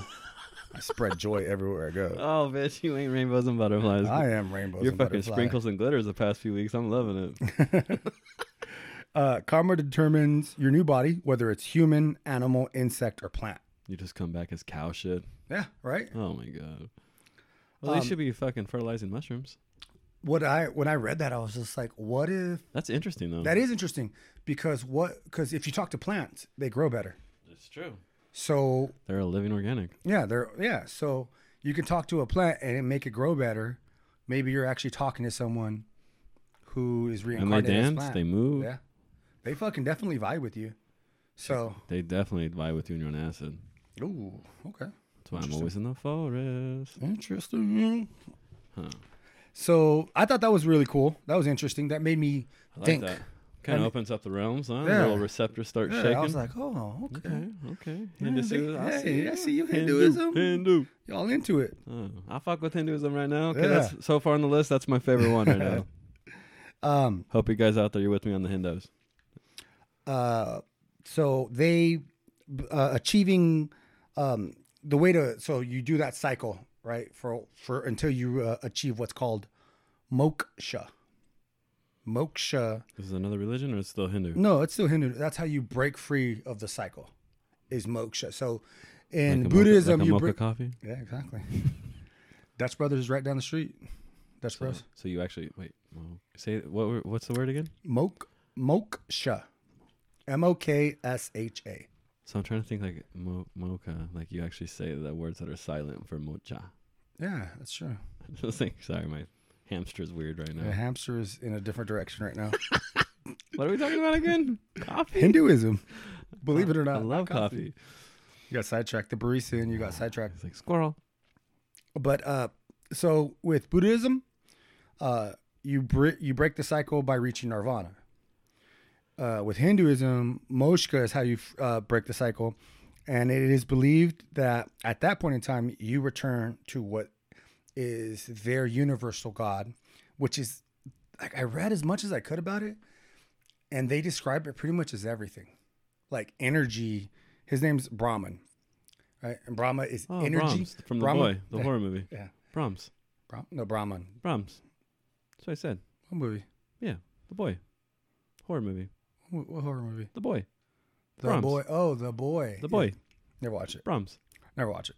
[SPEAKER 1] I spread joy everywhere I go.
[SPEAKER 2] Oh, bitch, you ain't rainbows and butterflies.
[SPEAKER 1] I am rainbows.
[SPEAKER 2] Your
[SPEAKER 1] and
[SPEAKER 2] fucking
[SPEAKER 1] butterflies.
[SPEAKER 2] sprinkles and glitters the past few weeks. I'm loving it.
[SPEAKER 1] Uh, karma determines your new body, whether it's human, animal, insect, or plant.
[SPEAKER 2] [LAUGHS] You just come back as cow shit.
[SPEAKER 1] Yeah, right.
[SPEAKER 2] Oh my god. Well,
[SPEAKER 1] Um,
[SPEAKER 2] they should be fucking fertilizing mushrooms.
[SPEAKER 1] What I when I read that, I was just like, what if
[SPEAKER 2] That's interesting though.
[SPEAKER 1] that is interesting? Because what? Because if you talk to plants, they grow better.
[SPEAKER 2] It's true.
[SPEAKER 1] So
[SPEAKER 2] They're a living organic.
[SPEAKER 1] Yeah, they're yeah. So you can talk to a plant and it make it grow better. Maybe you're actually talking to someone who is
[SPEAKER 2] And they
[SPEAKER 1] reincarnated. as
[SPEAKER 2] dance,
[SPEAKER 1] plant.
[SPEAKER 2] they move.
[SPEAKER 1] Yeah, they fucking definitely vibe with you. So
[SPEAKER 2] They definitely vibe with you when you're on acid.
[SPEAKER 1] ooh, okay,
[SPEAKER 2] That's why I'm always in the forest.
[SPEAKER 1] interesting.
[SPEAKER 2] Huh.
[SPEAKER 1] So I thought that was really cool. That was interesting. That made me
[SPEAKER 2] I like
[SPEAKER 1] think.
[SPEAKER 2] that. Kind
[SPEAKER 1] And-
[SPEAKER 2] of opens up the realms, huh?
[SPEAKER 1] Yeah.
[SPEAKER 2] Little receptors start
[SPEAKER 1] Yeah,
[SPEAKER 2] shaking.
[SPEAKER 1] I was like, oh, okay.
[SPEAKER 2] okay, okay.
[SPEAKER 1] they-
[SPEAKER 2] Hindu, I
[SPEAKER 1] hey,
[SPEAKER 2] see,
[SPEAKER 1] I
[SPEAKER 2] you.
[SPEAKER 1] see you Hinduism.
[SPEAKER 2] Hindu, Hindu.
[SPEAKER 1] Y'all into it?
[SPEAKER 2] Oh, I fuck with Hinduism right now. 'cause
[SPEAKER 1] Yeah.
[SPEAKER 2] that's so far on the list. That's my favorite one
[SPEAKER 1] [LAUGHS]
[SPEAKER 2] right now.
[SPEAKER 1] Um.
[SPEAKER 2] Hope you guys out there, you're with me on the Hindus.
[SPEAKER 1] uh, so they uh, achieving um, the way to so you do that cycle right for for until you uh, achieve what's called moksha moksha
[SPEAKER 2] This is another religion, or it's still Hindu?
[SPEAKER 1] no it's still hindu that's how you break free of the cycle is moksha so in
[SPEAKER 2] Like a mocha-
[SPEAKER 1] buddhism
[SPEAKER 2] like a
[SPEAKER 1] you
[SPEAKER 2] mocha
[SPEAKER 1] break
[SPEAKER 2] coffee.
[SPEAKER 1] yeah exactly dutch brothers is right down the street dutch
[SPEAKER 2] So,
[SPEAKER 1] bros
[SPEAKER 2] so you actually wait. Well, say what? were- What's the word again?
[SPEAKER 1] mok moksha m-o-k-s-h-a
[SPEAKER 2] So I'm trying to think like mo- mocha. Like you actually say the words that are silent for mocha. [LAUGHS]
[SPEAKER 1] yeah that's true
[SPEAKER 2] I was like, sorry, my hamster's weird right
[SPEAKER 1] The
[SPEAKER 2] now.
[SPEAKER 1] hamster is in a different direction
[SPEAKER 2] [LAUGHS]
[SPEAKER 1] right now.
[SPEAKER 2] What are we talking about again? Coffee.
[SPEAKER 1] Hinduism, believe it or not.
[SPEAKER 2] I love coffee.
[SPEAKER 1] You got sidetracked. The barista and you got sidetracked.
[SPEAKER 2] It's like squirrel.
[SPEAKER 1] But uh, so with Buddhism, uh, you br- you break the cycle by reaching nirvana. Uh, with Hinduism, moksha is how you uh, break the cycle, and it is believed that at that point in time you return to what is their universal God, which is like I read as much as I could about it, and they describe it pretty much as everything, like energy. His name's Brahman, right? And Brahma is
[SPEAKER 2] Oh,
[SPEAKER 1] energy.
[SPEAKER 2] Brahms from the
[SPEAKER 1] Brahma-
[SPEAKER 2] boy, the
[SPEAKER 1] Yeah.
[SPEAKER 2] horror movie.
[SPEAKER 1] Yeah.
[SPEAKER 2] Brahms.
[SPEAKER 1] Brahm- no, Brahman.
[SPEAKER 2] Brahms. That's what I said.
[SPEAKER 1] What movie?
[SPEAKER 2] Yeah, the boy. Horror movie.
[SPEAKER 1] What, what horror movie?
[SPEAKER 2] The boy.
[SPEAKER 1] The
[SPEAKER 2] Brahms.
[SPEAKER 1] boy. Oh, the boy.
[SPEAKER 2] The boy.
[SPEAKER 1] Never watch it.
[SPEAKER 2] Brahms.
[SPEAKER 1] Never watch it.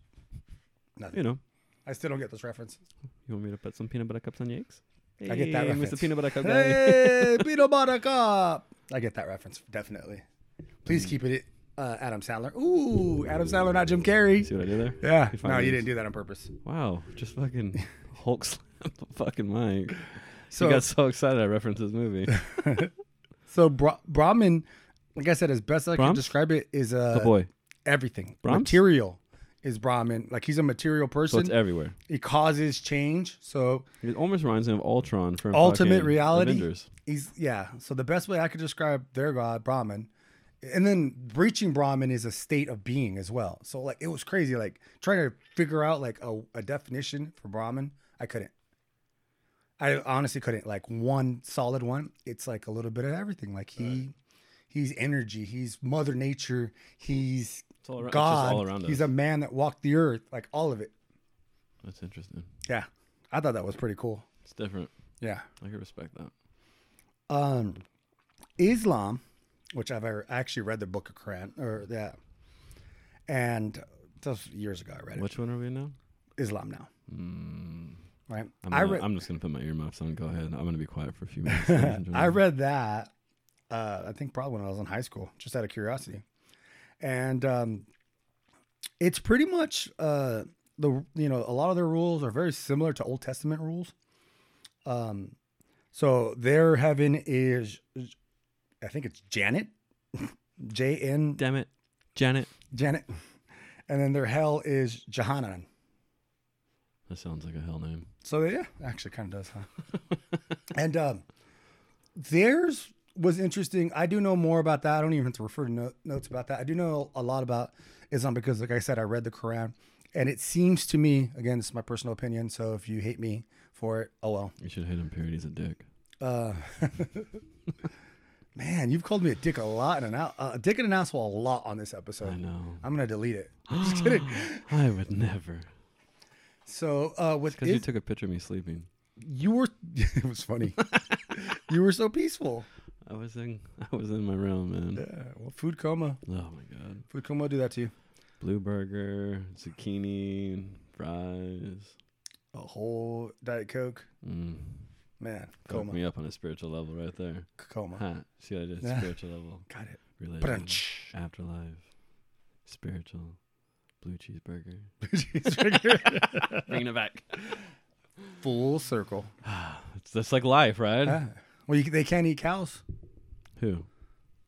[SPEAKER 2] You know,
[SPEAKER 1] I still don't get this reference.
[SPEAKER 2] you want me to put some peanut butter cups on your eggs?
[SPEAKER 1] I get that
[SPEAKER 2] Hey,
[SPEAKER 1] reference.
[SPEAKER 2] Mr. Peanut Butter Cup
[SPEAKER 1] [LAUGHS]
[SPEAKER 2] guy.
[SPEAKER 1] Hey, Beetle Butter Cup. I get that reference definitely.
[SPEAKER 2] Mm.
[SPEAKER 1] Please keep it. Uh, Adam Sandler. Ooh, Adam Sandler, not Jim Carrey.
[SPEAKER 2] See what I did there?
[SPEAKER 1] Yeah.
[SPEAKER 2] Good
[SPEAKER 1] No, you
[SPEAKER 2] findings.
[SPEAKER 1] didn't do that on purpose.
[SPEAKER 2] Wow, just
[SPEAKER 1] [LAUGHS]
[SPEAKER 2] fucking Hulk slapped the fucking mic.
[SPEAKER 1] So,
[SPEAKER 2] you got so excited I referenced this
[SPEAKER 1] [LAUGHS]
[SPEAKER 2] movie.
[SPEAKER 1] so Bra- Brahman, like I said, as best I can
[SPEAKER 2] Brahms?
[SPEAKER 1] describe it, is uh,
[SPEAKER 2] the boy.
[SPEAKER 1] everything.
[SPEAKER 2] Brahms?
[SPEAKER 1] Material is Brahman. Like he's a material
[SPEAKER 2] So
[SPEAKER 1] person.
[SPEAKER 2] it's everywhere.
[SPEAKER 1] he causes change. So
[SPEAKER 2] It almost reminds me of Ultron from
[SPEAKER 1] ultimate
[SPEAKER 2] fucking
[SPEAKER 1] reality.
[SPEAKER 2] Avengers.
[SPEAKER 1] He's yeah. So the best way I could describe their god Brahman, and then reaching Brahman is a state of being as well. So like it was crazy. Like trying to figure out like a, a definition for Brahman, I couldn't. I honestly couldn't. Like one solid one. It's like a little bit of everything. Like he, he's energy. He's Mother Nature. He's
[SPEAKER 2] It's all around, It's
[SPEAKER 1] God.
[SPEAKER 2] just all around us.
[SPEAKER 1] he's a man that walked the earth. Like all of it.
[SPEAKER 2] That's interesting.
[SPEAKER 1] Yeah, I thought that was pretty cool.
[SPEAKER 2] It's different.
[SPEAKER 1] Yeah.
[SPEAKER 2] I can respect that.
[SPEAKER 1] um, Islam, which I've ever, I actually read the Book of Quran or that, and that was years ago I read it.
[SPEAKER 2] Which one are we in now?
[SPEAKER 1] Islam now,
[SPEAKER 2] Mm,
[SPEAKER 1] right?
[SPEAKER 2] I'm,
[SPEAKER 1] I
[SPEAKER 2] gonna-
[SPEAKER 1] read,
[SPEAKER 2] I'm just gonna put my earmuffs on. Go ahead. I'm gonna be quiet for a few minutes. ladies and
[SPEAKER 1] I
[SPEAKER 2] gentlemen.
[SPEAKER 1] read that. Uh, I think probably when I was in high school, just out of curiosity, and um, it's pretty much uh, the you know a lot of their rules are very similar to Old Testament rules. Um, so their heaven is, I think it's Janet, [LAUGHS] J N
[SPEAKER 2] [LAUGHS] Damn it, Janet.
[SPEAKER 1] Janet. And then their hell is Jehanan.
[SPEAKER 2] That sounds like a hell name.
[SPEAKER 1] So yeah, actually kind of does, huh?
[SPEAKER 2] [LAUGHS]
[SPEAKER 1] and um, theirs was interesting. I do know more about that. I don't even have to refer to no- notes about that. I do know a lot about Islam because, like I said, I read the Quran, and it seems to me, again, it's my personal opinion. So if you hate me for it, oh well.
[SPEAKER 2] You should hate him. Period. He's a dick.
[SPEAKER 1] Uh, man, you've called me a dick a lot and an out, uh, a dick and an asshole a lot on this
[SPEAKER 2] I
[SPEAKER 1] episode.
[SPEAKER 2] [GASPS] know. [LAUGHS]
[SPEAKER 1] I'm gonna delete it. Just kidding.
[SPEAKER 2] I would never.
[SPEAKER 1] So uh, with
[SPEAKER 2] Because you
[SPEAKER 1] Is- [LAUGHS]
[SPEAKER 2] took a picture of me sleeping. [LAUGHS]
[SPEAKER 1] you were it was funny you were so peaceful
[SPEAKER 2] I was in [LAUGHS] I was in my room, man.
[SPEAKER 1] Yeah. Well, food coma.
[SPEAKER 2] Oh my god.
[SPEAKER 1] Food coma will do that to you.
[SPEAKER 2] Blue burger, zucchini, fries.
[SPEAKER 1] A whole Diet Coke.
[SPEAKER 2] Mm.
[SPEAKER 1] Man,
[SPEAKER 2] Fucked
[SPEAKER 1] coma.
[SPEAKER 2] me up on a spiritual level right there.
[SPEAKER 1] Coma.
[SPEAKER 2] Ha. See what [LAUGHS] I did?
[SPEAKER 1] Yeah.
[SPEAKER 2] Spiritual level.
[SPEAKER 1] Got it.
[SPEAKER 2] Religion.
[SPEAKER 1] Brunch.
[SPEAKER 2] Afterlife. Spiritual.
[SPEAKER 1] [LAUGHS]
[SPEAKER 2] Blue cheeseburger. [LAUGHS] Bringing it back.
[SPEAKER 1] Full circle.
[SPEAKER 2] It's just like life, right?
[SPEAKER 1] Yeah. Well, you, they can't eat cows.
[SPEAKER 2] Who?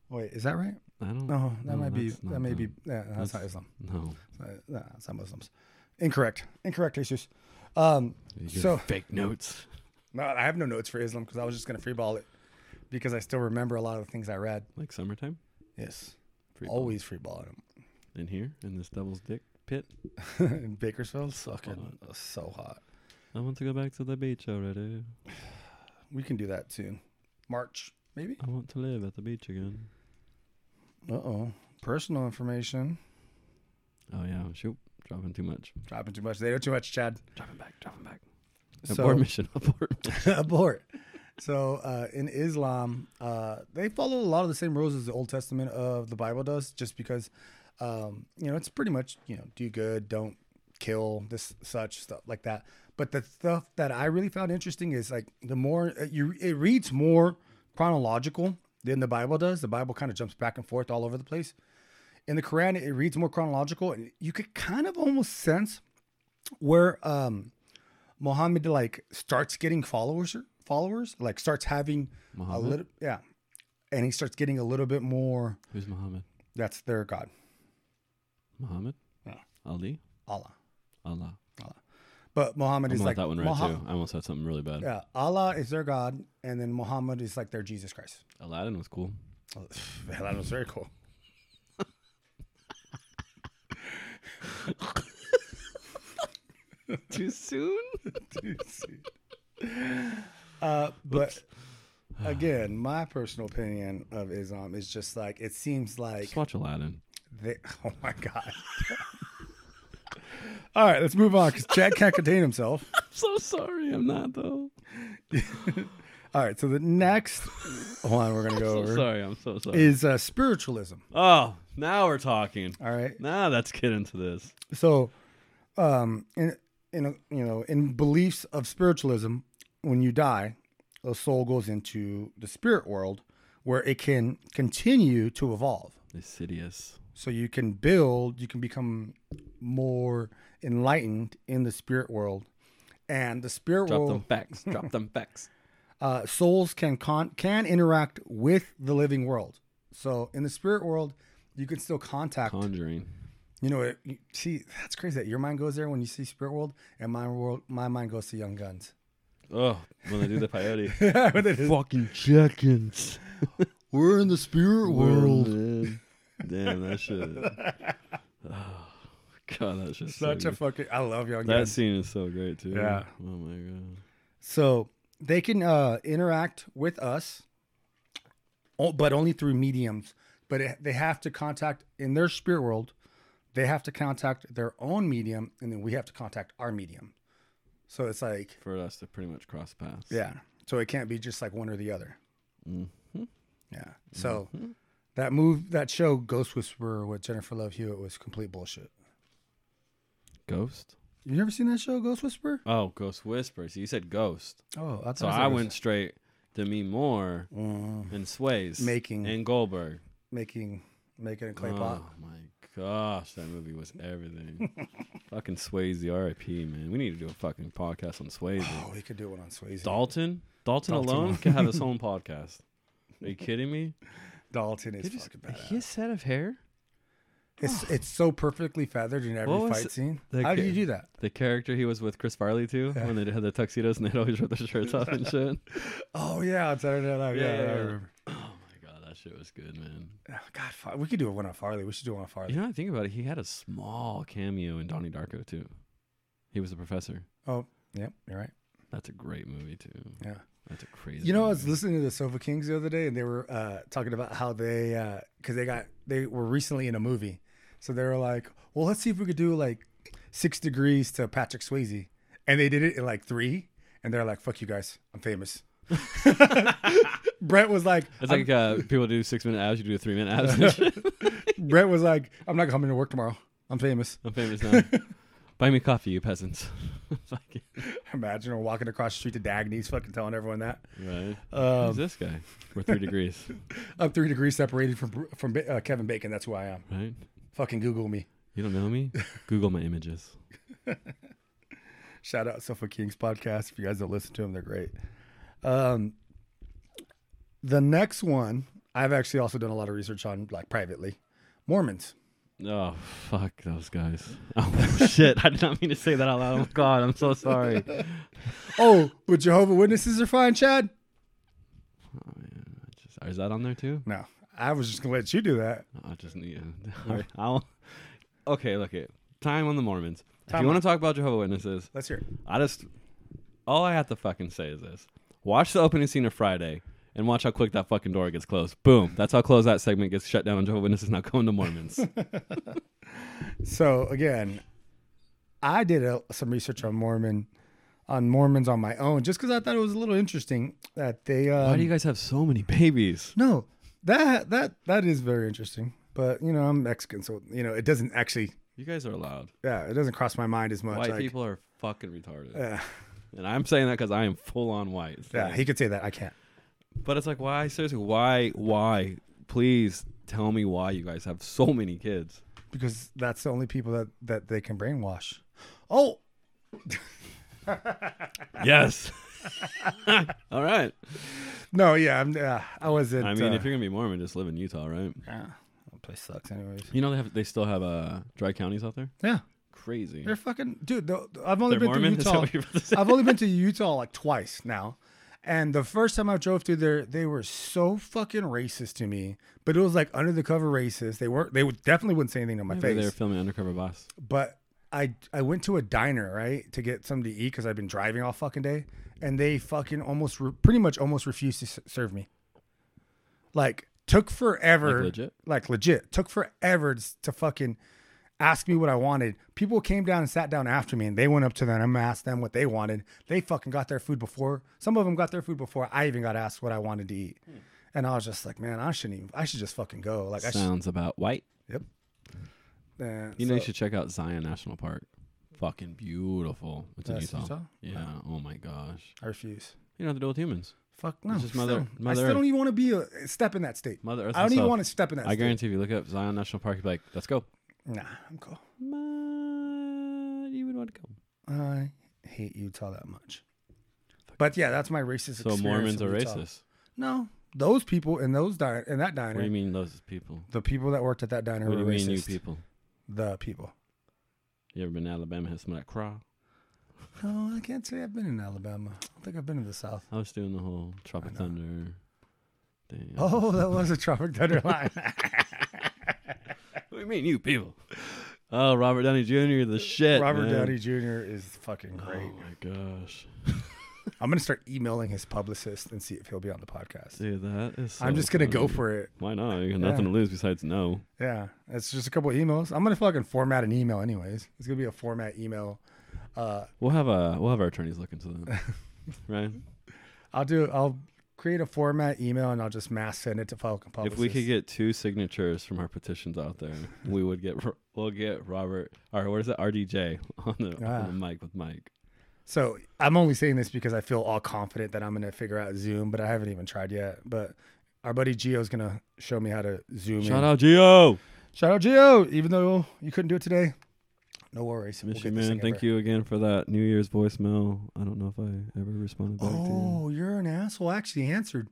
[SPEAKER 1] Wait, is that right?
[SPEAKER 2] I don't
[SPEAKER 1] No, that
[SPEAKER 2] No,
[SPEAKER 1] might be.
[SPEAKER 2] that's not
[SPEAKER 1] That may be.
[SPEAKER 2] them.
[SPEAKER 1] Yeah, that's, not
[SPEAKER 2] That's-
[SPEAKER 1] Islam.
[SPEAKER 2] know.
[SPEAKER 1] It's not- no, it's not Muslims. Incorrect. Incorrect, Jesus. Um,
[SPEAKER 2] You get
[SPEAKER 1] so
[SPEAKER 2] fake notes. [LAUGHS]
[SPEAKER 1] no, I have no notes for Islam because I was just gonna freeball it because I still remember a lot of the things I read.
[SPEAKER 2] Like summertime?
[SPEAKER 1] Yes,
[SPEAKER 2] Free ball.
[SPEAKER 1] always freeballing them.
[SPEAKER 2] In here? In this devil's dick pit?
[SPEAKER 1] in [LAUGHS] Bakersfield.
[SPEAKER 2] So
[SPEAKER 1] Fucking so hot.
[SPEAKER 2] I want to go back to the beach already.
[SPEAKER 1] We can do that soon. March, maybe?
[SPEAKER 2] I want to live at the beach again.
[SPEAKER 1] Uh oh. Personal information.
[SPEAKER 2] Oh yeah, shoot. Dropping too much.
[SPEAKER 1] Dropping too much. They know too much, Chad.
[SPEAKER 2] Dropping back, dropping back.
[SPEAKER 1] So,
[SPEAKER 2] abort mission, abort.
[SPEAKER 1] [LAUGHS] abort. So uh, in Islam, uh, they follow a lot of the same rules as the Old Testament of the Bible does, just because, um, you know, it's pretty much, you know, do good, don't kill, this, such, stuff like that. But the stuff that I really found interesting is like the more uh, you, it reads more chronological than the Bible does. The Bible kind of jumps back and forth all over the place. in the Quran, it reads more chronological, and you could kind of almost sense where um, Muhammad like starts getting followers, followers, like starts having a
[SPEAKER 2] Muhammad?
[SPEAKER 1] little, yeah, and he starts getting a little bit more.
[SPEAKER 2] [LAUGHS] Who's Muhammad?
[SPEAKER 1] That's their God,
[SPEAKER 2] Muhammad?
[SPEAKER 1] Yeah.
[SPEAKER 2] Ali?
[SPEAKER 1] Allah.
[SPEAKER 2] Allah.
[SPEAKER 1] But Muhammad
[SPEAKER 2] I
[SPEAKER 1] is
[SPEAKER 2] want
[SPEAKER 1] like
[SPEAKER 2] that one right
[SPEAKER 1] Muha-
[SPEAKER 2] too. I almost had something really bad.
[SPEAKER 1] Yeah, Allah is their God, and then Muhammad is like their Jesus Christ.
[SPEAKER 2] Aladdin was cool.
[SPEAKER 1] [SIGHS] that was very cool.
[SPEAKER 2] [LAUGHS] Too soon?
[SPEAKER 1] Uh, but again, my personal opinion of Islam is just like it seems like
[SPEAKER 2] Just watch Aladdin.
[SPEAKER 1] They, [LAUGHS] oh my god! All right, let's move on because Chad can't contain himself.
[SPEAKER 2] I'm so sorry, I'm not though.
[SPEAKER 1] All right, so the next one we're gonna go
[SPEAKER 2] So
[SPEAKER 1] over
[SPEAKER 2] sorry, [LAUGHS] I'm so sorry.
[SPEAKER 1] is uh, spiritualism.
[SPEAKER 2] oh, now we're talking.
[SPEAKER 1] All right,
[SPEAKER 2] Now let's get into this.
[SPEAKER 1] so um, in in a, you know in beliefs of spiritualism, when you die, the soul goes into the spirit world where it can continue to evolve.
[SPEAKER 2] Insidious.
[SPEAKER 1] so you can build you can become more enlightened in the spirit world and the spirit
[SPEAKER 2] Drop them
[SPEAKER 1] world
[SPEAKER 2] facts. Drop
[SPEAKER 1] [LAUGHS]
[SPEAKER 2] them facts.
[SPEAKER 1] uh, souls can con- can interact with the living world so in the spirit world you can still contact
[SPEAKER 2] Conjuring.
[SPEAKER 1] you know it, you- see that's crazy that your mind goes there when you see spirit world and my world my mind goes to young guns [LAUGHS]
[SPEAKER 2] Oh, when they do the peyote.
[SPEAKER 1] What it is.
[SPEAKER 2] [LAUGHS] Fucking [LAUGHS] chickens.
[SPEAKER 1] we're in the spirit world
[SPEAKER 2] Man. Damn that shit. [SIGHS] Oh, [LAUGHS] God, that shit's
[SPEAKER 1] such
[SPEAKER 2] so
[SPEAKER 1] a
[SPEAKER 2] good.
[SPEAKER 1] fucking i love young
[SPEAKER 2] That
[SPEAKER 1] guns
[SPEAKER 2] scene is so great too.
[SPEAKER 1] Yeah.
[SPEAKER 2] Oh my god.
[SPEAKER 1] So they can uh, interact with us, o- but only through mediums. But it, they have to contact in their spirit world. They have to contact their own medium, and then we have to contact our medium. So it's like,
[SPEAKER 2] For us to pretty much cross paths.
[SPEAKER 1] yeah. So it can't be just like one or the other.
[SPEAKER 2] Mhm.
[SPEAKER 1] Yeah. So
[SPEAKER 2] Mm-hmm.
[SPEAKER 1] that move, that show, Ghost Whisperer with Jennifer Love Hewitt was complete bullshit.
[SPEAKER 2] Ghost.
[SPEAKER 1] You never seen that show, Ghost Whisperer?
[SPEAKER 2] Oh, Ghost Whispers. You said ghost.
[SPEAKER 1] Oh, that's
[SPEAKER 2] So I went straight to me Moore and Sways
[SPEAKER 1] Making.
[SPEAKER 2] and Goldberg.
[SPEAKER 1] making making a clay pot.
[SPEAKER 2] Oh my gosh, that movie was everything. [LAUGHS] fucking Swayze, R.I.P. Man, we need to do a fucking podcast on Swayze. [SIGHS]
[SPEAKER 1] Oh, we could do one on Swayze.
[SPEAKER 2] Dalton,
[SPEAKER 1] Dalton.
[SPEAKER 2] Dalton, alone can have [LAUGHS] his own podcast. Are you kidding me?
[SPEAKER 1] Dalton is
[SPEAKER 2] He just-
[SPEAKER 1] fucking badass.
[SPEAKER 2] his set of hair.
[SPEAKER 1] It's it's so perfectly feathered in every
[SPEAKER 2] What was
[SPEAKER 1] fight
[SPEAKER 2] it-
[SPEAKER 1] scene.
[SPEAKER 2] the
[SPEAKER 1] How do you
[SPEAKER 2] ca-
[SPEAKER 1] do that?
[SPEAKER 2] The character he was with Chris Farley too, when they had the tuxedos and they'd always rip their shirts off [LAUGHS] and shit.
[SPEAKER 1] Oh yeah, on Saturday Night Live. Yeah,
[SPEAKER 2] Yeah,
[SPEAKER 1] yeah,
[SPEAKER 2] yeah,
[SPEAKER 1] I
[SPEAKER 2] yeah.
[SPEAKER 1] remember.
[SPEAKER 2] Oh my god, that shit was good, man.
[SPEAKER 1] Oh, God, Far- we could do one on Farley. We should do one on Farley.
[SPEAKER 2] You know, I think about it. He had a small cameo in Donnie Darko too. He was a professor.
[SPEAKER 1] Oh, yep, you're right.
[SPEAKER 2] That's a great movie too.
[SPEAKER 1] Yeah.
[SPEAKER 2] That's a crazy.
[SPEAKER 1] You know, I was
[SPEAKER 2] movie.
[SPEAKER 1] listening to the Sofa Kings the other day, and they were uh, talking about how they because they got they were recently in a movie, so they were like, well, let's see if we could do like six degrees to Patrick Swayze, and they did it in like three, and they're like, fuck you guys, I'm famous. [LAUGHS] Brent was like,
[SPEAKER 2] [LAUGHS] It's like uh, people do six minute abs, you do three minute
[SPEAKER 1] [LAUGHS]
[SPEAKER 2] abs.
[SPEAKER 1] Brent was like, I'm not coming to work tomorrow. I'm famous.
[SPEAKER 2] I'm
[SPEAKER 1] [LAUGHS]
[SPEAKER 2] famous now. Buy me coffee, you peasants. [LAUGHS] Fucking-
[SPEAKER 1] Imagine we're walking across the street to Dagny's, fucking telling everyone that
[SPEAKER 2] right. Who's
[SPEAKER 1] um,
[SPEAKER 2] this guy? We're three degrees, [LAUGHS]
[SPEAKER 1] I'm three degrees separated from Bru- from Ba- uh, Kevin Bacon. That's who I am.
[SPEAKER 2] right?
[SPEAKER 1] Fucking Google me.
[SPEAKER 2] You don't know me? Google my images.
[SPEAKER 1] Shout out Sofa Kings podcast. If you guys don't listen to them, they're great. Um, the next one, I've actually also done a lot of research on, like privately, Mormons.
[SPEAKER 2] Oh fuck those guys! [LAUGHS] Oh shit! I did not mean to say that out loud. Oh god, I'm
[SPEAKER 1] [LAUGHS]
[SPEAKER 2] so sorry.
[SPEAKER 1] Oh, but Jehovah Witnesses are fine, Chad.
[SPEAKER 2] Just- Is that on there too?
[SPEAKER 1] No, I was just gonna let you do that.
[SPEAKER 2] I just need. All right, [LAUGHS] I'll. Okay, look it. Time on the Mormons. if
[SPEAKER 1] Time
[SPEAKER 2] you want
[SPEAKER 1] on-
[SPEAKER 2] to talk about Jehovah Witnesses,
[SPEAKER 1] Let's hear it.
[SPEAKER 2] I just all I have to fucking say is this: watch the opening scene of Friday and watch how quick that fucking door gets closed. Boom! That's how close that segment gets shut down. And Jehovah Witnesses now going to Mormons.
[SPEAKER 1] So again, I did a, some research on Mormon, on Mormons on my own, just because I thought it was a little interesting that they. Um,
[SPEAKER 2] Why do you guys have so many babies?
[SPEAKER 1] No, that that that is very interesting. But you know, I'm Mexican, so you know it doesn't actually.
[SPEAKER 2] You guys are allowed.
[SPEAKER 1] Yeah, it doesn't cross my mind as much.
[SPEAKER 2] White
[SPEAKER 1] like,
[SPEAKER 2] people are fucking retarded,
[SPEAKER 1] Yeah,
[SPEAKER 2] and I'm saying that because I am full on white. It's
[SPEAKER 1] yeah,
[SPEAKER 2] like-
[SPEAKER 1] he could say that. I can't.
[SPEAKER 2] But it's like, why? Seriously, why? Why? Please tell me why you guys have so many kids.
[SPEAKER 1] because that's the only people that that they can brainwash. Oh,
[SPEAKER 2] Yes. [LAUGHS] All right.
[SPEAKER 1] no, yeah, I'm, yeah, I wasn't.
[SPEAKER 2] I mean,
[SPEAKER 1] uh,
[SPEAKER 2] if you're gonna be Mormon, just live in Utah, right?
[SPEAKER 1] yeah, that place sucks, anyways.
[SPEAKER 2] You know they have they still have uh, dry counties out there.
[SPEAKER 1] Yeah,
[SPEAKER 2] Crazy.
[SPEAKER 1] they're fucking dude. the- I've only
[SPEAKER 2] They're
[SPEAKER 1] been
[SPEAKER 2] Mormon?
[SPEAKER 1] to
[SPEAKER 2] Is that
[SPEAKER 1] Utah.
[SPEAKER 2] what you're about to say?
[SPEAKER 1] I've only
[SPEAKER 2] [LAUGHS]
[SPEAKER 1] been to Utah like twice now, and the first time I drove through there, they were so fucking racist to me. But it was like under the cover racist. They weren't. They would definitely wouldn't say anything to my
[SPEAKER 2] Maybe
[SPEAKER 1] face.
[SPEAKER 2] They're filming Undercover Boss.
[SPEAKER 1] but I I went to a diner right to get something to eat because I've been driving all fucking day, and they fucking almost re- pretty much almost refused to s- serve me. Like took forever,
[SPEAKER 2] Like legit?
[SPEAKER 1] like legit took forever s- to fucking ask me what I wanted. People came down and sat down after me, and they went up to them and asked them what they wanted. They fucking got their food before some of them got their food before I even got asked what I wanted to eat. And I was just like, man, I shouldn't even. I should just fucking go. Like, I should.
[SPEAKER 2] Sounds about white.
[SPEAKER 1] eh,
[SPEAKER 2] You know, you
[SPEAKER 1] so-
[SPEAKER 2] should check out Zion National Park. Fucking beautiful. It's in
[SPEAKER 1] That's
[SPEAKER 2] Utah.
[SPEAKER 1] Utah?
[SPEAKER 2] Yeah. Oh my gosh.
[SPEAKER 1] I refuse.
[SPEAKER 2] You don't have to deal with humans.
[SPEAKER 1] Fuck no.
[SPEAKER 2] just Mother-
[SPEAKER 1] still,
[SPEAKER 2] Mother
[SPEAKER 1] I still
[SPEAKER 2] Earth.
[SPEAKER 1] don't even want to be a step in that state.
[SPEAKER 2] Mother Earth.
[SPEAKER 1] I don't even
[SPEAKER 2] herself.
[SPEAKER 1] want to step in that
[SPEAKER 2] I
[SPEAKER 1] state.
[SPEAKER 2] guarantee if you look up Zion National Park, you'd be like, let's go.
[SPEAKER 1] Nah, I'm cool.
[SPEAKER 2] You would want to go.
[SPEAKER 1] I hate Utah that much. But yeah, that's my racist.
[SPEAKER 2] So
[SPEAKER 1] experience
[SPEAKER 2] Mormons
[SPEAKER 1] in
[SPEAKER 2] are
[SPEAKER 1] Utah.
[SPEAKER 2] racist.
[SPEAKER 1] No, those people in those diner in that
[SPEAKER 2] What do you
[SPEAKER 1] diner,
[SPEAKER 2] mean those people?
[SPEAKER 1] the people that worked at that diner
[SPEAKER 2] What do
[SPEAKER 1] were
[SPEAKER 2] you
[SPEAKER 1] racist.
[SPEAKER 2] mean you people?
[SPEAKER 1] The people.
[SPEAKER 2] You ever been to Alabama had some of that craw?
[SPEAKER 1] No, I can't say I've been in Alabama. I don't think I've been to the South.
[SPEAKER 2] I was doing the whole Tropic
[SPEAKER 1] know.
[SPEAKER 2] Thunder thing.
[SPEAKER 1] Oh, that was a
[SPEAKER 2] [LAUGHS]
[SPEAKER 1] tropic thunder line.
[SPEAKER 2] What do you mean you people? Oh, Robert Downey Jr. the shit.
[SPEAKER 1] Robert
[SPEAKER 2] man.
[SPEAKER 1] Downey Jr. is fucking great.
[SPEAKER 2] Oh my gosh, Oh.
[SPEAKER 1] I'm gonna start emailing his publicist and see if he'll be on the podcast.
[SPEAKER 2] dude, that is. So
[SPEAKER 1] I'm just gonna go
[SPEAKER 2] funny.
[SPEAKER 1] for it.
[SPEAKER 2] Why not? You got nothing to lose besides no.
[SPEAKER 1] Yeah, it's just a couple of emails. I'm gonna fucking format an email anyways. It's gonna be a format email. Uh,
[SPEAKER 2] We'll have a we'll have our attorneys look into that,
[SPEAKER 1] [LAUGHS]
[SPEAKER 2] right?
[SPEAKER 1] I'll do. I'll create a format email and I'll just mass send it to fucking publicists.
[SPEAKER 2] If we could get two signatures from our petitions out there, we would get Ro- we'll get Robert or what is it RDJ on the,
[SPEAKER 1] Ah.
[SPEAKER 2] on the mic with Mike.
[SPEAKER 1] so I'm only saying this because I feel all confident that I'm gonna figure out Zoom, but I haven't even tried yet. But our buddy Gio's gonna show me how to Zoom. in.
[SPEAKER 2] Shout out Geo,
[SPEAKER 1] shout out Gio! Even though you couldn't do it today, no worries.
[SPEAKER 2] miss you,
[SPEAKER 1] this
[SPEAKER 2] man.
[SPEAKER 1] thing
[SPEAKER 2] Thank
[SPEAKER 1] over.
[SPEAKER 2] you again for that New Year's voicemail. I don't know if I ever responded back to you.
[SPEAKER 1] Oh, you're an asshole. I actually answered.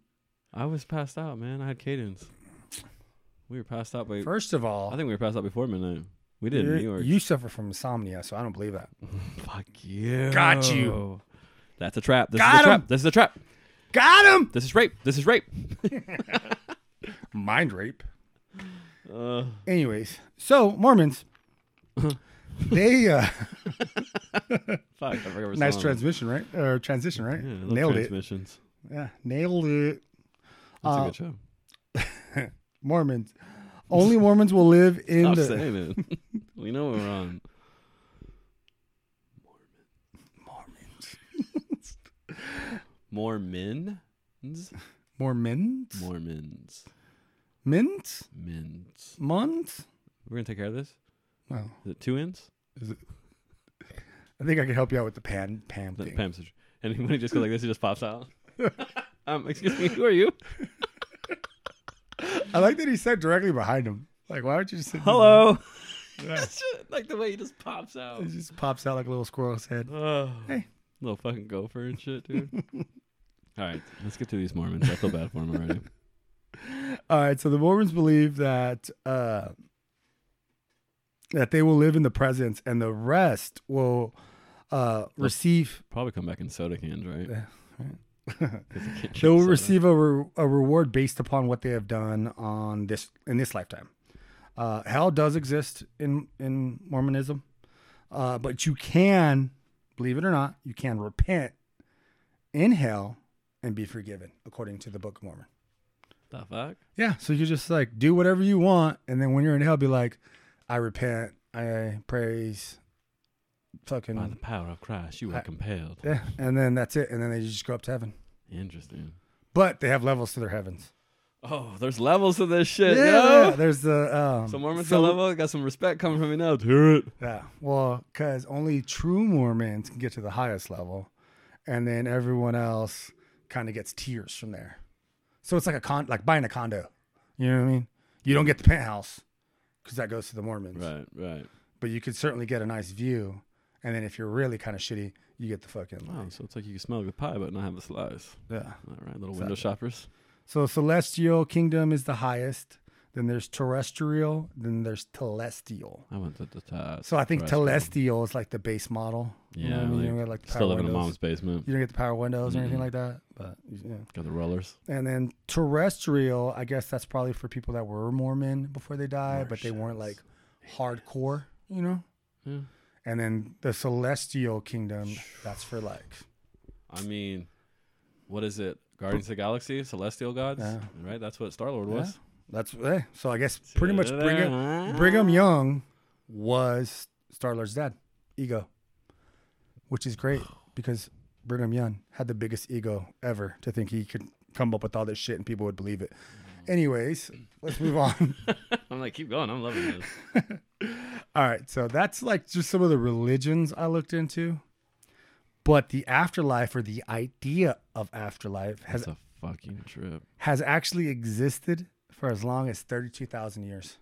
[SPEAKER 2] I was passed out, man. I had cadence. We were passed out by.
[SPEAKER 1] First of all,
[SPEAKER 2] I think we were passed out before midnight. We did in New
[SPEAKER 1] you're-
[SPEAKER 2] York.
[SPEAKER 1] you suffer from insomnia, so I don't believe that.
[SPEAKER 2] Fuck you.
[SPEAKER 1] Got you.
[SPEAKER 2] That's a trap. This
[SPEAKER 1] Got
[SPEAKER 2] is a
[SPEAKER 1] 'em.
[SPEAKER 2] trap. This is a trap.
[SPEAKER 1] Got him.
[SPEAKER 2] This is rape. This is rape.
[SPEAKER 1] Mind rape.
[SPEAKER 2] Uh,
[SPEAKER 1] Anyways, so [LAUGHS] Mormons, they uh,
[SPEAKER 2] fuck. I forgot we're
[SPEAKER 1] nice
[SPEAKER 2] selling.
[SPEAKER 1] transmission, right? Or transition, right?
[SPEAKER 2] Yeah, I love
[SPEAKER 1] nailed it.
[SPEAKER 2] transmissions.
[SPEAKER 1] Yeah, nailed it.
[SPEAKER 2] That's
[SPEAKER 1] Uh,
[SPEAKER 2] a good show.
[SPEAKER 1] Mormons. Only Mormons will live in
[SPEAKER 2] Stop
[SPEAKER 1] the
[SPEAKER 2] saying
[SPEAKER 1] [LAUGHS]
[SPEAKER 2] it. we know we're on.
[SPEAKER 1] Mormons.
[SPEAKER 2] More men? Mormons.
[SPEAKER 1] Mormons?
[SPEAKER 2] Mormons.
[SPEAKER 1] Mint?
[SPEAKER 2] Mins.
[SPEAKER 1] Mont?
[SPEAKER 2] We're gonna take care of this.
[SPEAKER 1] Well,
[SPEAKER 2] Is it two ends?
[SPEAKER 1] I think I could help you out with the pan Pam
[SPEAKER 2] The
[SPEAKER 1] thing.
[SPEAKER 2] Pam situ- And when he just goes like this, it just
[SPEAKER 1] [LAUGHS]
[SPEAKER 2] pops out. um, excuse me, who are you?
[SPEAKER 1] I like that he said directly behind him. Like, why would you just sit?
[SPEAKER 2] Hello.
[SPEAKER 1] Yeah.
[SPEAKER 2] [LAUGHS] It's just- like the way he just pops out.
[SPEAKER 1] It just pops out like a little squirrel's head.
[SPEAKER 2] Oh,
[SPEAKER 1] Hey.
[SPEAKER 2] Little fucking gopher and shit,
[SPEAKER 1] [LAUGHS]
[SPEAKER 2] dude. All right, let's get to these Mormons. I feel bad for them
[SPEAKER 1] [LAUGHS]
[SPEAKER 2] already.
[SPEAKER 1] All right, so the Mormons believe that uh, that they will live in the presence, and the rest will uh, receive.
[SPEAKER 2] Probably come back in soda cans, right?
[SPEAKER 1] Yeah, right.
[SPEAKER 2] 'Cause they can't
[SPEAKER 1] They will
[SPEAKER 2] drink soda.
[SPEAKER 1] receive a, re- a reward based upon what they have done on this in this lifetime. Uh, hell does exist in in Mormonism, uh, but you can, believe it or not, you can repent in hell and be forgiven according to the Book of Mormon.
[SPEAKER 2] The fuck?
[SPEAKER 1] Yeah. So you just like do whatever you want, and then when you're in hell, be like, I repent, I praise,
[SPEAKER 2] By
[SPEAKER 1] fucking
[SPEAKER 2] the power of Christ, you are
[SPEAKER 1] I-
[SPEAKER 2] compelled.
[SPEAKER 1] yeah, and then that's it, and then they just go up to heaven.
[SPEAKER 2] Interesting.
[SPEAKER 1] But they have levels to their
[SPEAKER 2] [LAUGHS]
[SPEAKER 1] heavens.
[SPEAKER 2] Oh, there's levels to this shit.
[SPEAKER 1] yeah.
[SPEAKER 2] Yeah.
[SPEAKER 1] There's the um,
[SPEAKER 2] So Mormons
[SPEAKER 1] so-
[SPEAKER 2] so, level got some respect coming from me now. Do it.
[SPEAKER 1] Yeah. Well, because only true Mormons can get to the highest level, and then everyone else kind of gets tiers from there. So it's like a con, like buying a condo. You know what I mean? You don't get the penthouse because that goes to the Mormons.
[SPEAKER 2] Right, right.
[SPEAKER 1] but you could certainly get a nice view. And then if you're really kind of shitty, you get the fucking
[SPEAKER 2] Wow, so it's like you can smell the pie but not have a slice.
[SPEAKER 1] yeah.
[SPEAKER 2] All right, little window shoppers.
[SPEAKER 1] So celestial kingdom is the highest. Then there's terrestrial. Then there's telestial.
[SPEAKER 2] I went to the uh, top.
[SPEAKER 1] So I think
[SPEAKER 2] Terrestrial.
[SPEAKER 1] telestial is like the base model. you know
[SPEAKER 2] Yeah,
[SPEAKER 1] what I mean? you don't
[SPEAKER 2] like,
[SPEAKER 1] get like the power
[SPEAKER 2] Still living in
[SPEAKER 1] windows.
[SPEAKER 2] mom's basement.
[SPEAKER 1] You don't get the power windows or anything
[SPEAKER 2] Mm-mm.
[SPEAKER 1] like that. But yeah.
[SPEAKER 2] Got the rollers.
[SPEAKER 1] And then terrestrial, I guess that's probably for people that were Mormon before they died, but they weren't like
[SPEAKER 2] Martians.
[SPEAKER 1] hardcore, you know.
[SPEAKER 2] Yeah.
[SPEAKER 1] And then the celestial kingdom, that's for like
[SPEAKER 2] I mean, what is it? Guardians of the Galaxy, Celestial Gods,
[SPEAKER 1] Yeah.
[SPEAKER 2] right? That's what Star Lord
[SPEAKER 1] Yeah.
[SPEAKER 2] was.
[SPEAKER 1] That's eh, so. I guess pretty much Brigham
[SPEAKER 2] Brigham.
[SPEAKER 1] Brigham Young was Starler's dad, ego, which is great because Brigham Young had the biggest ego ever to think he could come up with all this shit and people would believe it. Anyways, let's move on. [LAUGHS]
[SPEAKER 2] I'm like, keep going. I'm loving this.
[SPEAKER 1] All right, so that's like just some of the religions I looked into. But the afterlife or the idea of afterlife has
[SPEAKER 2] That's a fucking trip.
[SPEAKER 1] has actually existed for as long as 32,000 years.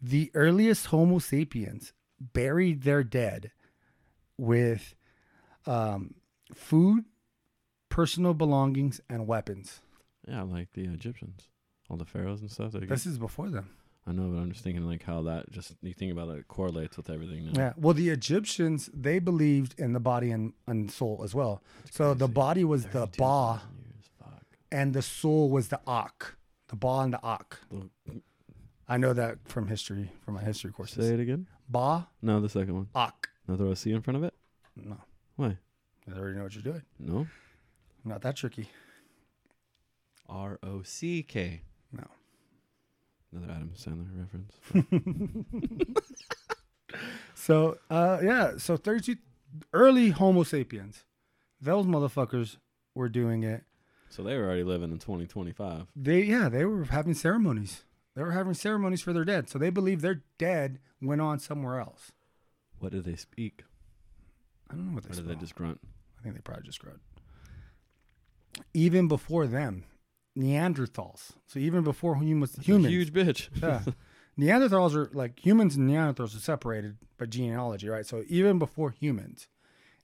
[SPEAKER 1] The earliest Homo sapiens buried their dead with um, food, personal belongings, and weapons.
[SPEAKER 2] Yeah, like the Egyptians, all the pharaohs and stuff. They
[SPEAKER 1] This is before them.
[SPEAKER 2] I know, but I'm just thinking like how that just you think about it, it correlates with everything. Now.
[SPEAKER 1] Yeah. Well, the Egyptians, they believed in the body and, and soul as well. so the body was the Ba
[SPEAKER 2] 32,000 years, fuck.
[SPEAKER 1] and the soul was the Ak. The Ba and the Ak.
[SPEAKER 2] The-
[SPEAKER 1] I know that from history, from my history
[SPEAKER 2] Say
[SPEAKER 1] courses.
[SPEAKER 2] it again.
[SPEAKER 1] Ba,
[SPEAKER 2] No, the second one.
[SPEAKER 1] Ak.
[SPEAKER 2] Now throw a C in front of it.
[SPEAKER 1] No.
[SPEAKER 2] Why?
[SPEAKER 1] I already know what you're doing.
[SPEAKER 2] No.
[SPEAKER 1] Not that tricky.
[SPEAKER 2] R O C K.
[SPEAKER 1] No.
[SPEAKER 2] Another Adam Sandler reference.
[SPEAKER 1] So, uh, yeah. So 32 early Homo sapiens, those motherfuckers were doing it.
[SPEAKER 2] so they were already living in 2025.
[SPEAKER 1] They, yeah, they were having ceremonies. They were having ceremonies for their dead. So they believe their dead went on somewhere else.
[SPEAKER 2] What did they speak?
[SPEAKER 1] I don't know what
[SPEAKER 2] Or
[SPEAKER 1] they
[SPEAKER 2] did they
[SPEAKER 1] said.
[SPEAKER 2] just grunt?
[SPEAKER 1] I think they probably just growed. Even before them, Neanderthals. So even before humans, humans,
[SPEAKER 2] Huge bitch.
[SPEAKER 1] yeah. [LAUGHS] Neanderthals are like humans and Neanderthals are separated by genealogy, right? So even before humans,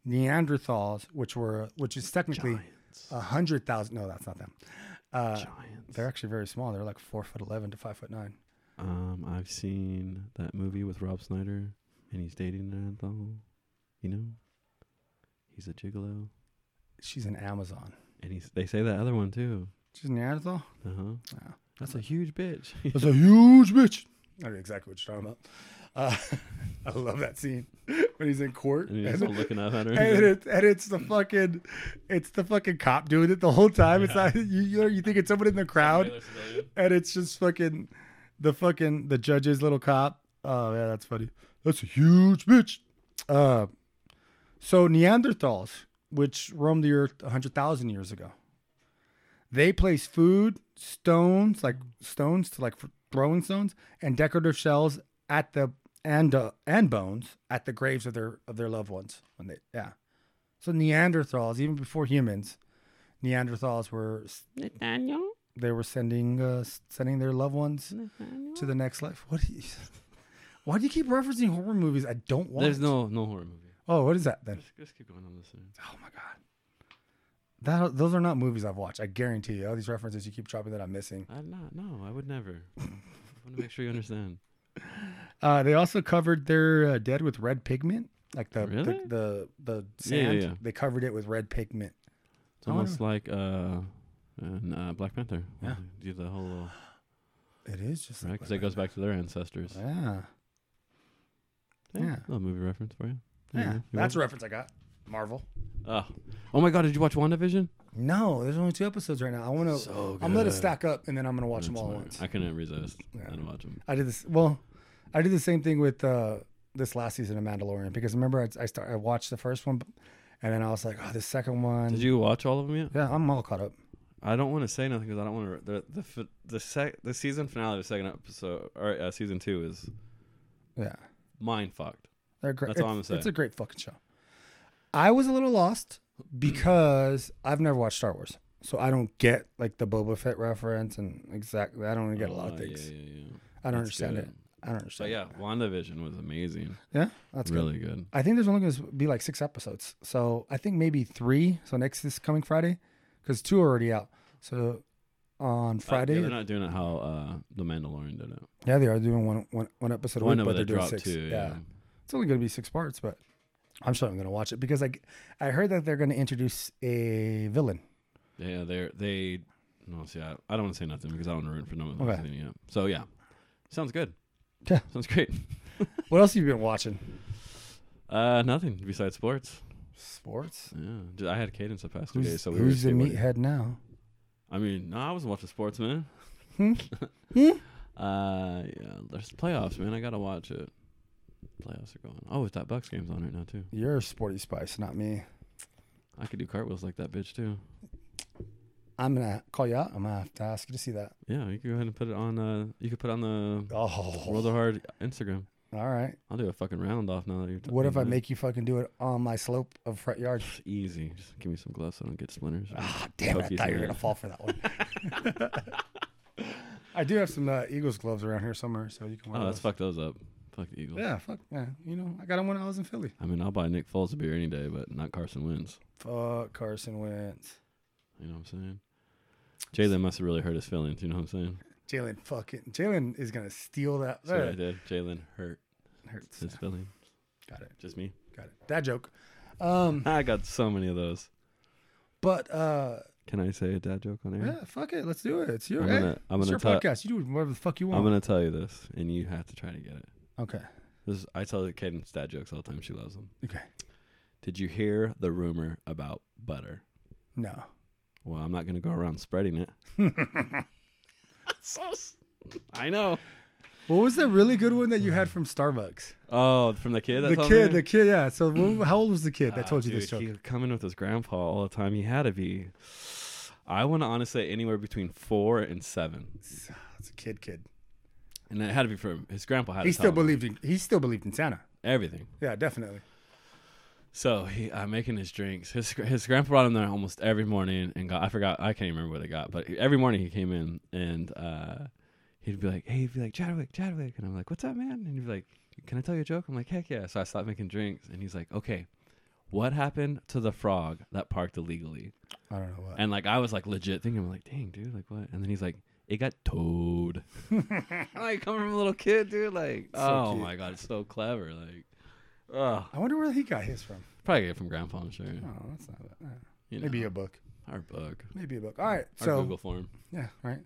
[SPEAKER 1] Neanderthals, which were which is technically
[SPEAKER 2] Giants.
[SPEAKER 1] a hundred thousand no, that's not them. Uh,
[SPEAKER 2] Giants.
[SPEAKER 1] they're actually very small. They're like four foot eleven to five foot nine.
[SPEAKER 2] Um, I've seen that movie with Rob Snyder, and he's dating Neanderthal. You know, he's a gigolo,
[SPEAKER 1] She's an Amazon.
[SPEAKER 2] and he's. They say that other one too.
[SPEAKER 1] She's a Neanderthal?
[SPEAKER 2] Uh huh.
[SPEAKER 1] Yeah.
[SPEAKER 2] That's a huge bitch.
[SPEAKER 1] [LAUGHS] That's a huge bitch. I know exactly what you're talking about. Uh, [LAUGHS] I love that scene when he's in court
[SPEAKER 2] [LAUGHS] and he's
[SPEAKER 1] and-
[SPEAKER 2] just all looking up at her.
[SPEAKER 1] and, it, and it's the fucking, it's the fucking cop doing it the whole time. It's not, you, you know, you think it's someone in the crowd, and it's just fucking the fucking the judge's little cop. Oh yeah, that's funny. That's a huge bitch. Uh, so Neanderthals, which roamed the earth hundred thousand years ago, They place food, stones, like stones to like throwing stones, and decorative shells at the and uh, and bones at the graves of their of their loved ones. When they yeah, so Neanderthals even before humans, Neanderthals were
[SPEAKER 2] Nathaniel,
[SPEAKER 1] they were sending uh, sending their loved ones
[SPEAKER 2] Nathaniel.
[SPEAKER 1] to the next life. What? Do you, [LAUGHS] why do you keep referencing horror movies? I don't want.
[SPEAKER 2] There's no no horror movie.
[SPEAKER 1] Oh, what is that then?
[SPEAKER 2] Just, just keep going on this. one.
[SPEAKER 1] Oh my god. That, those are not movies I've watched. I guarantee you. All these references you keep dropping that I'm missing.
[SPEAKER 2] I not Uh, no. I would never. I want to make sure you understand.
[SPEAKER 1] Uh, they also covered their uh, dead with red pigment, like the
[SPEAKER 2] Really?
[SPEAKER 1] the, the the
[SPEAKER 2] Yeah, yeah,
[SPEAKER 1] sand.
[SPEAKER 2] yeah.
[SPEAKER 1] They covered it with red pigment. [LAUGHS]
[SPEAKER 2] It's
[SPEAKER 1] I
[SPEAKER 2] almost like uh, in, uh, Black Panther.
[SPEAKER 1] Yeah.
[SPEAKER 2] Do the whole
[SPEAKER 1] It is just
[SPEAKER 2] right
[SPEAKER 1] like
[SPEAKER 2] because it goes back to their ancestors.
[SPEAKER 1] Yeah,
[SPEAKER 2] Yeah.
[SPEAKER 1] Yeah.
[SPEAKER 2] Little movie reference for you. There you
[SPEAKER 1] yeah.
[SPEAKER 2] go. You
[SPEAKER 1] That's a
[SPEAKER 2] want-
[SPEAKER 1] reference I got. Marvel.
[SPEAKER 2] Oh. oh my god! Did you watch WandaVision?
[SPEAKER 1] No, there's only two episodes right now. I want to.
[SPEAKER 2] So
[SPEAKER 1] I'm gonna
[SPEAKER 2] good.
[SPEAKER 1] stack up and then I'm gonna watch them
[SPEAKER 2] That's
[SPEAKER 1] all at
[SPEAKER 2] hilarious.
[SPEAKER 1] once.
[SPEAKER 2] I couldn't resist.
[SPEAKER 1] Yeah.
[SPEAKER 2] I didn't watch them.
[SPEAKER 1] I did this. Well, I did the same thing with uh, this last season of Mandalorian because remember I I, start, I watched the first one, and then I was like, oh, the second one.
[SPEAKER 2] Did you watch all of them yet?
[SPEAKER 1] yeah, I'm all caught up.
[SPEAKER 2] I don't want to say nothing because I don't want to. The the fi- the, sec, the season finale of the second episode or uh, season two is
[SPEAKER 1] Yeah,
[SPEAKER 2] mind fucked.
[SPEAKER 1] they're great.
[SPEAKER 2] That's all I'm
[SPEAKER 1] It's-
[SPEAKER 2] gonna
[SPEAKER 1] It's
[SPEAKER 2] say.
[SPEAKER 1] a great fucking show. I was a little lost because I've never watched Star Wars, so I don't get like the Boba Fett reference and exactly. I don't get a lot
[SPEAKER 2] Uh,
[SPEAKER 1] of things.
[SPEAKER 2] Yeah, yeah, yeah.
[SPEAKER 1] I don't
[SPEAKER 2] That's
[SPEAKER 1] understand
[SPEAKER 2] good.
[SPEAKER 1] it. I don't
[SPEAKER 2] So
[SPEAKER 1] understand.
[SPEAKER 2] yeah, WandaVision was amazing.
[SPEAKER 1] yeah, that's good.
[SPEAKER 2] really good.
[SPEAKER 1] I think there's only going to be like six episodes. So I think maybe three. So next this coming Friday, because two are already out. So on
[SPEAKER 2] Uh, yeah,
[SPEAKER 1] Friday,
[SPEAKER 2] they're not doing it how uh, the Mandalorian did it.
[SPEAKER 1] yeah, they are doing one one, one episode a
[SPEAKER 2] Well, I
[SPEAKER 1] week,
[SPEAKER 2] know,
[SPEAKER 1] but
[SPEAKER 2] but
[SPEAKER 1] they're
[SPEAKER 2] they
[SPEAKER 1] doing
[SPEAKER 2] dropped
[SPEAKER 1] six.
[SPEAKER 2] two.
[SPEAKER 1] yeah.
[SPEAKER 2] Yeah.
[SPEAKER 1] it's only going to be six parts, but I'm sure I'm going to watch it because I I heard that they're going to introduce a villain.
[SPEAKER 2] Yeah, they're they. No, see, I, I don't want to say nothing because I don't want to ruin for no one
[SPEAKER 1] Okay.
[SPEAKER 2] listening yet. So yeah, sounds good.
[SPEAKER 1] Yeah.
[SPEAKER 2] sounds great.
[SPEAKER 1] What else have you been watching?
[SPEAKER 2] Uh, nothing besides sports.
[SPEAKER 1] Sports.
[SPEAKER 2] Yeah, Dude, I had cadence the past two days,
[SPEAKER 1] Who's,
[SPEAKER 2] so we were
[SPEAKER 1] who's the
[SPEAKER 2] skateboarding.
[SPEAKER 1] meathead now?
[SPEAKER 2] I mean, no, I wasn't watching sports, man. [LAUGHS]
[SPEAKER 1] Hmm?
[SPEAKER 2] Uh, yeah, there's playoffs, man. I gotta watch it. Playoffs are going. Oh, it's that Bucks game's on right now too.
[SPEAKER 1] You're a sporty spice, not me.
[SPEAKER 2] I could do cartwheels like that bitch too.
[SPEAKER 1] I'm gonna call you out. I'm gonna have to ask you to see that.
[SPEAKER 2] Yeah, you can go ahead and put it on. Uh, you could put it on the
[SPEAKER 1] Oh,
[SPEAKER 2] World of Hard Instagram.
[SPEAKER 1] all right.
[SPEAKER 2] I'll do a fucking round off now that you're. talking
[SPEAKER 1] What if I
[SPEAKER 2] about it.
[SPEAKER 1] make you fucking do it on my slope of front yard?
[SPEAKER 2] It's easy? Just give me some gloves so I don't get splinters.
[SPEAKER 1] Ah, damn it! I
[SPEAKER 2] Cookies
[SPEAKER 1] thought you were
[SPEAKER 2] and
[SPEAKER 1] gonna fall for
[SPEAKER 2] [LAUGHS]
[SPEAKER 1] that one. I do have some uh, Eagles gloves around here somewhere, so you can wear
[SPEAKER 2] oh,
[SPEAKER 1] those.
[SPEAKER 2] let's fuck those up. Fuck the Eagles.
[SPEAKER 1] Yeah, fuck. Yeah, you know, I got them when I was in Philly.
[SPEAKER 2] I mean, I'll buy Nick Foles a beer any day, but not Carson Wentz.
[SPEAKER 1] Fuck Carson Wentz,
[SPEAKER 2] You know what I'm saying? Jalen must have really hurt his feelings. You know what I'm saying?
[SPEAKER 1] Jalen. Fucking Jalen is gonna steal that.
[SPEAKER 2] That's what I
[SPEAKER 1] Uh,
[SPEAKER 2] did. Jalen hurt
[SPEAKER 1] hurts.
[SPEAKER 2] his feelings.
[SPEAKER 1] Got it.
[SPEAKER 2] Just me.
[SPEAKER 1] Got it. That joke. Um,
[SPEAKER 2] I got so many of those.
[SPEAKER 1] but uh,
[SPEAKER 2] Can I say a dad joke on air?
[SPEAKER 1] yeah, fuck it. Let's do it. It's your.
[SPEAKER 2] I'm
[SPEAKER 1] hey,
[SPEAKER 2] gonna, I'm
[SPEAKER 1] it's
[SPEAKER 2] gonna
[SPEAKER 1] your
[SPEAKER 2] tell,
[SPEAKER 1] podcast. You do whatever the fuck you
[SPEAKER 2] I'm
[SPEAKER 1] want.
[SPEAKER 2] gonna tell you this, and you have to try to get it.
[SPEAKER 1] okay.
[SPEAKER 2] This is, I tell Cadence dad jokes all the time. She loves them.
[SPEAKER 1] Okay.
[SPEAKER 2] Did you hear the rumor about butter?
[SPEAKER 1] No.
[SPEAKER 2] Well, I'm not gonna go around spreading
[SPEAKER 1] [LAUGHS]
[SPEAKER 2] it. so, s- I know.
[SPEAKER 1] What was the really good one that you had from Starbucks?
[SPEAKER 2] Oh, from the kid. That's
[SPEAKER 1] the
[SPEAKER 2] on
[SPEAKER 1] kid,
[SPEAKER 2] there?
[SPEAKER 1] the kid, yeah. So wh- how old was the kid that
[SPEAKER 2] Ah,
[SPEAKER 1] told you
[SPEAKER 2] dude,
[SPEAKER 1] this joke?
[SPEAKER 2] He would come in with his grandpa all the time. He had to be. I want to honestly say anywhere between four and seven,
[SPEAKER 1] It's it's a kid, kid.
[SPEAKER 2] and it had to be from his grandpa. Had
[SPEAKER 1] He
[SPEAKER 2] to
[SPEAKER 1] still
[SPEAKER 2] tell him
[SPEAKER 1] believed in. He still believed in Santa.
[SPEAKER 2] everything.
[SPEAKER 1] Yeah, definitely.
[SPEAKER 2] So he, I'm making his drinks. His his grandpa brought him there almost every morning, and got I forgot I can't even remember what they got, but every morning he came in and uh, he'd be like, "Hey, he'd be like Chadwick, Chadwick," and I'm like, "What's up, man?" And he'd be like, "Can I tell you a joke?" I'm like, "Heck yeah!" So I stopped making drinks, and he's like, "Okay, what happened to the frog that parked illegally?"
[SPEAKER 1] I don't know what.
[SPEAKER 2] And like I was like legit thinking, I'm like, "Dang, dude, like what?" And then he's like, "It got towed." [LAUGHS] like come from a little kid, dude. Like,
[SPEAKER 1] So
[SPEAKER 2] oh
[SPEAKER 1] cute.
[SPEAKER 2] my god, it's so clever. Like, oh,
[SPEAKER 1] I wonder where he got his from.
[SPEAKER 2] probably get it from grandpa, I'm sure.
[SPEAKER 1] Oh, that's not bad. Uh,
[SPEAKER 2] You know.
[SPEAKER 1] Maybe a book.
[SPEAKER 2] Our book.
[SPEAKER 1] Maybe a book. All right.
[SPEAKER 2] Our
[SPEAKER 1] So
[SPEAKER 2] Google form.
[SPEAKER 1] yeah, all right.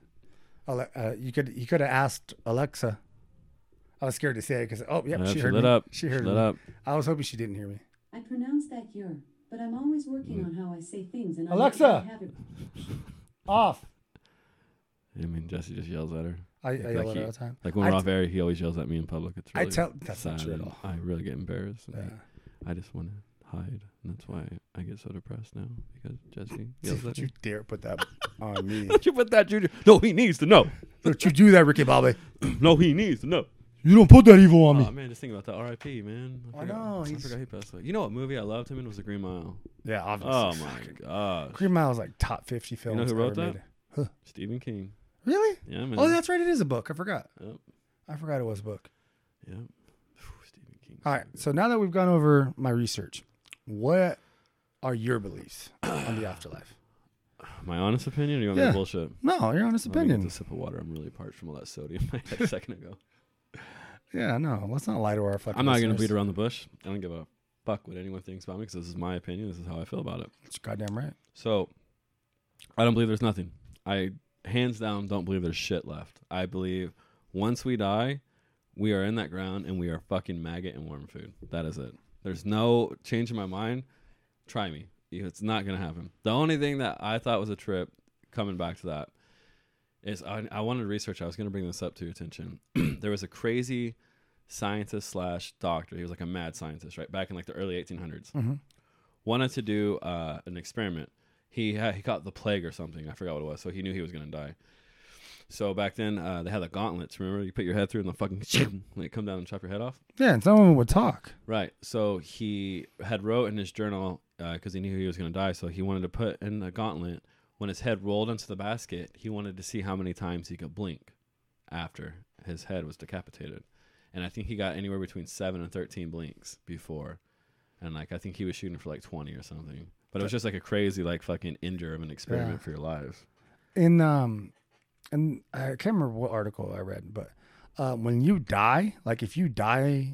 [SPEAKER 1] Ale- uh, you could you could have asked Alexa. I was scared to say it because oh yeah,
[SPEAKER 2] Uh,
[SPEAKER 1] she
[SPEAKER 2] she
[SPEAKER 1] heard
[SPEAKER 2] lit
[SPEAKER 1] me.
[SPEAKER 2] up.
[SPEAKER 1] She heard
[SPEAKER 2] Lit
[SPEAKER 1] me.
[SPEAKER 2] up.
[SPEAKER 1] I was hoping she didn't hear me.
[SPEAKER 3] I pronounce that your, but I'm always working on how I say things and I
[SPEAKER 1] Alexa!
[SPEAKER 3] have it.
[SPEAKER 1] Off.
[SPEAKER 2] I mean, Jesse just yells at her.
[SPEAKER 1] I, I yell at
[SPEAKER 2] Like he-
[SPEAKER 1] her all the time.
[SPEAKER 2] Like when
[SPEAKER 1] I
[SPEAKER 2] we're
[SPEAKER 1] t-
[SPEAKER 2] off air, he always yells at me in public. It's
[SPEAKER 1] I
[SPEAKER 2] really
[SPEAKER 1] tell that's
[SPEAKER 2] sad.
[SPEAKER 1] not true at
[SPEAKER 2] and
[SPEAKER 1] all.
[SPEAKER 2] I really get embarrassed. and
[SPEAKER 1] Yeah.
[SPEAKER 2] I just want to hide. And that's why I get so depressed now because
[SPEAKER 1] [LAUGHS]
[SPEAKER 2] Jesse yells
[SPEAKER 1] Don't
[SPEAKER 2] at
[SPEAKER 1] you
[SPEAKER 2] me.
[SPEAKER 1] dare put that on
[SPEAKER 2] [LAUGHS]
[SPEAKER 1] me.
[SPEAKER 2] Don't you put that juju? No, he needs to know. [CLEARS THROAT]
[SPEAKER 1] Don't you do that, Ricky Bobby.
[SPEAKER 2] No, he needs to know.
[SPEAKER 1] You don't put that evil on
[SPEAKER 2] Oh
[SPEAKER 1] me.
[SPEAKER 2] man, just think about that. R.I.P. Man.
[SPEAKER 1] I
[SPEAKER 2] forgot-
[SPEAKER 1] know,
[SPEAKER 2] I
[SPEAKER 1] he's-
[SPEAKER 2] forgot he passed away. You know what movie I loved him in was The Green Mile.
[SPEAKER 1] yeah, obviously.
[SPEAKER 2] [LAUGHS] Oh my gosh.
[SPEAKER 1] Green Mile is like top 50 films.
[SPEAKER 2] who wrote
[SPEAKER 1] ever
[SPEAKER 2] that?
[SPEAKER 1] made.
[SPEAKER 2] Stephen King.
[SPEAKER 1] Really?
[SPEAKER 2] Yeah, man.
[SPEAKER 1] Oh, that's right. It is a book. I forgot.
[SPEAKER 2] Yep.
[SPEAKER 1] I forgot it was a book.
[SPEAKER 2] Yep. Whew, Stephen King.
[SPEAKER 1] All right. So now that we've gone over my research, what are your beliefs on the afterlife?
[SPEAKER 2] My honest opinion. Or you want me
[SPEAKER 1] Yeah.
[SPEAKER 2] to bullshit?
[SPEAKER 1] No, your honest
[SPEAKER 2] Let me get
[SPEAKER 1] opinion.
[SPEAKER 2] a sip of water. I'm really parched from all that sodium [LAUGHS] I
[SPEAKER 1] [LAUGHS]
[SPEAKER 2] had a second ago.
[SPEAKER 1] Yeah, no. Let's not lie to our fucking.
[SPEAKER 2] I'm not gonna
[SPEAKER 1] listeners.
[SPEAKER 2] beat around the bush. I don't give a fuck what anyone thinks about me because this is my opinion. This is how I feel about it.
[SPEAKER 1] It's goddamn right.
[SPEAKER 2] So I don't believe there's nothing. I hands down don't believe there's shit left. I believe once we die, we are in that ground and we are fucking maggot and worm food. That is it. There's no change in my mind. Try me. It's not gonna happen. The only thing that I thought was a trip, coming back to that, is I, I wanted to research. I was gonna bring this up to your attention. [CLEARS THROAT] there was a crazy scientist slash doctor. He was like a mad scientist, right? Back in like the early 1800s wanted to do uh, an experiment. He had, he caught the plague or something. I forgot what it was. So he knew he was going to die. So back then uh, they had the gauntlets. Remember, you put your head through and the fucking [LAUGHS] like come down and chop your head off.
[SPEAKER 1] Yeah, and some of them would talk.
[SPEAKER 2] Right. So he had wrote in his journal because he knew he was going to die. So he wanted to put in the gauntlet when his head rolled into the basket. He wanted to see how many times he could blink after his head was decapitated, and I think he got anywhere between seven and thirteen blinks before, and like I think he was shooting for like twenty or something. But it was just like a crazy like fucking injure of an
[SPEAKER 1] Yeah.
[SPEAKER 2] experiment for your life.
[SPEAKER 1] in um and I can't remember what article I read, but uh, when you die, like if you die,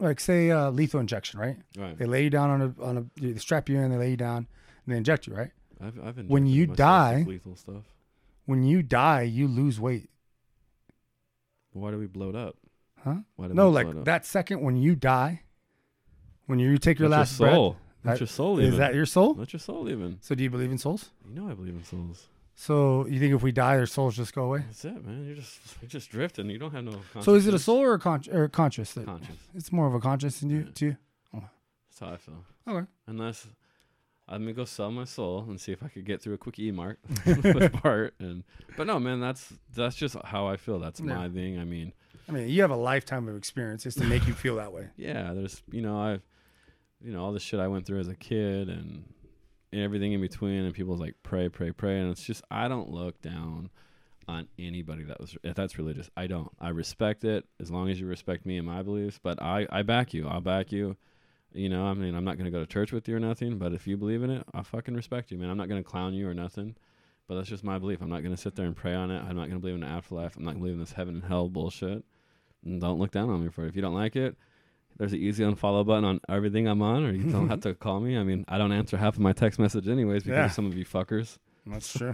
[SPEAKER 1] like say uh, lethal injection, right?
[SPEAKER 2] Right.
[SPEAKER 1] They lay you down on a on a they strap you in, they lay you down, and they inject you, right?
[SPEAKER 2] I've, I've
[SPEAKER 1] When
[SPEAKER 2] injected
[SPEAKER 1] you
[SPEAKER 2] myself with
[SPEAKER 1] die-
[SPEAKER 2] lethal stuff.
[SPEAKER 1] When you die, you lose weight,
[SPEAKER 2] Why do we blow it up?
[SPEAKER 1] huh?
[SPEAKER 2] Why do
[SPEAKER 1] No,
[SPEAKER 2] we blow it
[SPEAKER 1] like
[SPEAKER 2] up?
[SPEAKER 1] that second when you die, when you take your
[SPEAKER 2] That's
[SPEAKER 1] last
[SPEAKER 2] your soul.
[SPEAKER 1] breath,
[SPEAKER 2] That's
[SPEAKER 1] that-
[SPEAKER 2] your soul.
[SPEAKER 1] is
[SPEAKER 2] even.
[SPEAKER 1] that your soul?
[SPEAKER 2] That's your soul even.
[SPEAKER 1] So do you believe in souls?
[SPEAKER 2] You know I believe in souls.
[SPEAKER 1] So you think if we die, their souls just go away?
[SPEAKER 2] That's it, man. You're just [LAUGHS] you're just drifting. You don't have no.
[SPEAKER 1] So is it a
[SPEAKER 2] consciousness.
[SPEAKER 1] soul or a con- or conscious? that-
[SPEAKER 2] Conscious.
[SPEAKER 1] It's more of a conscious than you,
[SPEAKER 2] Yeah.
[SPEAKER 1] to you.
[SPEAKER 2] That's how I feel.
[SPEAKER 1] Okay.
[SPEAKER 2] Unless I'm gonna go sell my soul and see if I could get through a quick
[SPEAKER 1] [LAUGHS]
[SPEAKER 2] E mark [LAUGHS] with Bart. And but no, man. That's that's just how I feel. That's
[SPEAKER 1] Yeah.
[SPEAKER 2] my thing. I mean,
[SPEAKER 1] I mean, you have a lifetime of experiences to make you feel that way.
[SPEAKER 2] yeah. There's you know I've you know all the shit I went through as a kid and and everything in between and people's like pray pray pray and it's just I don't look down on anybody that was if that's religious. I don't. I respect it as long as you respect me and my beliefs. But I I back you. I'll back you. You know, I mean, I'm not gonna go to church with you or nothing. But if you believe in it, I fucking respect you, man. I'm not gonna clown you or nothing. But that's just my belief. I'm not gonna sit there and pray on it. I'm not gonna believe in the afterlife. I'm not gonna believe in this heaven and hell bullshit. And don't look down on me for it. If you don't like it, there's an easy unfollow button on everything I'm on, or you don't have to call me. I mean, I don't answer half of my text message anyways because
[SPEAKER 1] Yeah.
[SPEAKER 2] of some of you fuckers
[SPEAKER 1] That's
[SPEAKER 2] [LAUGHS]
[SPEAKER 1] true.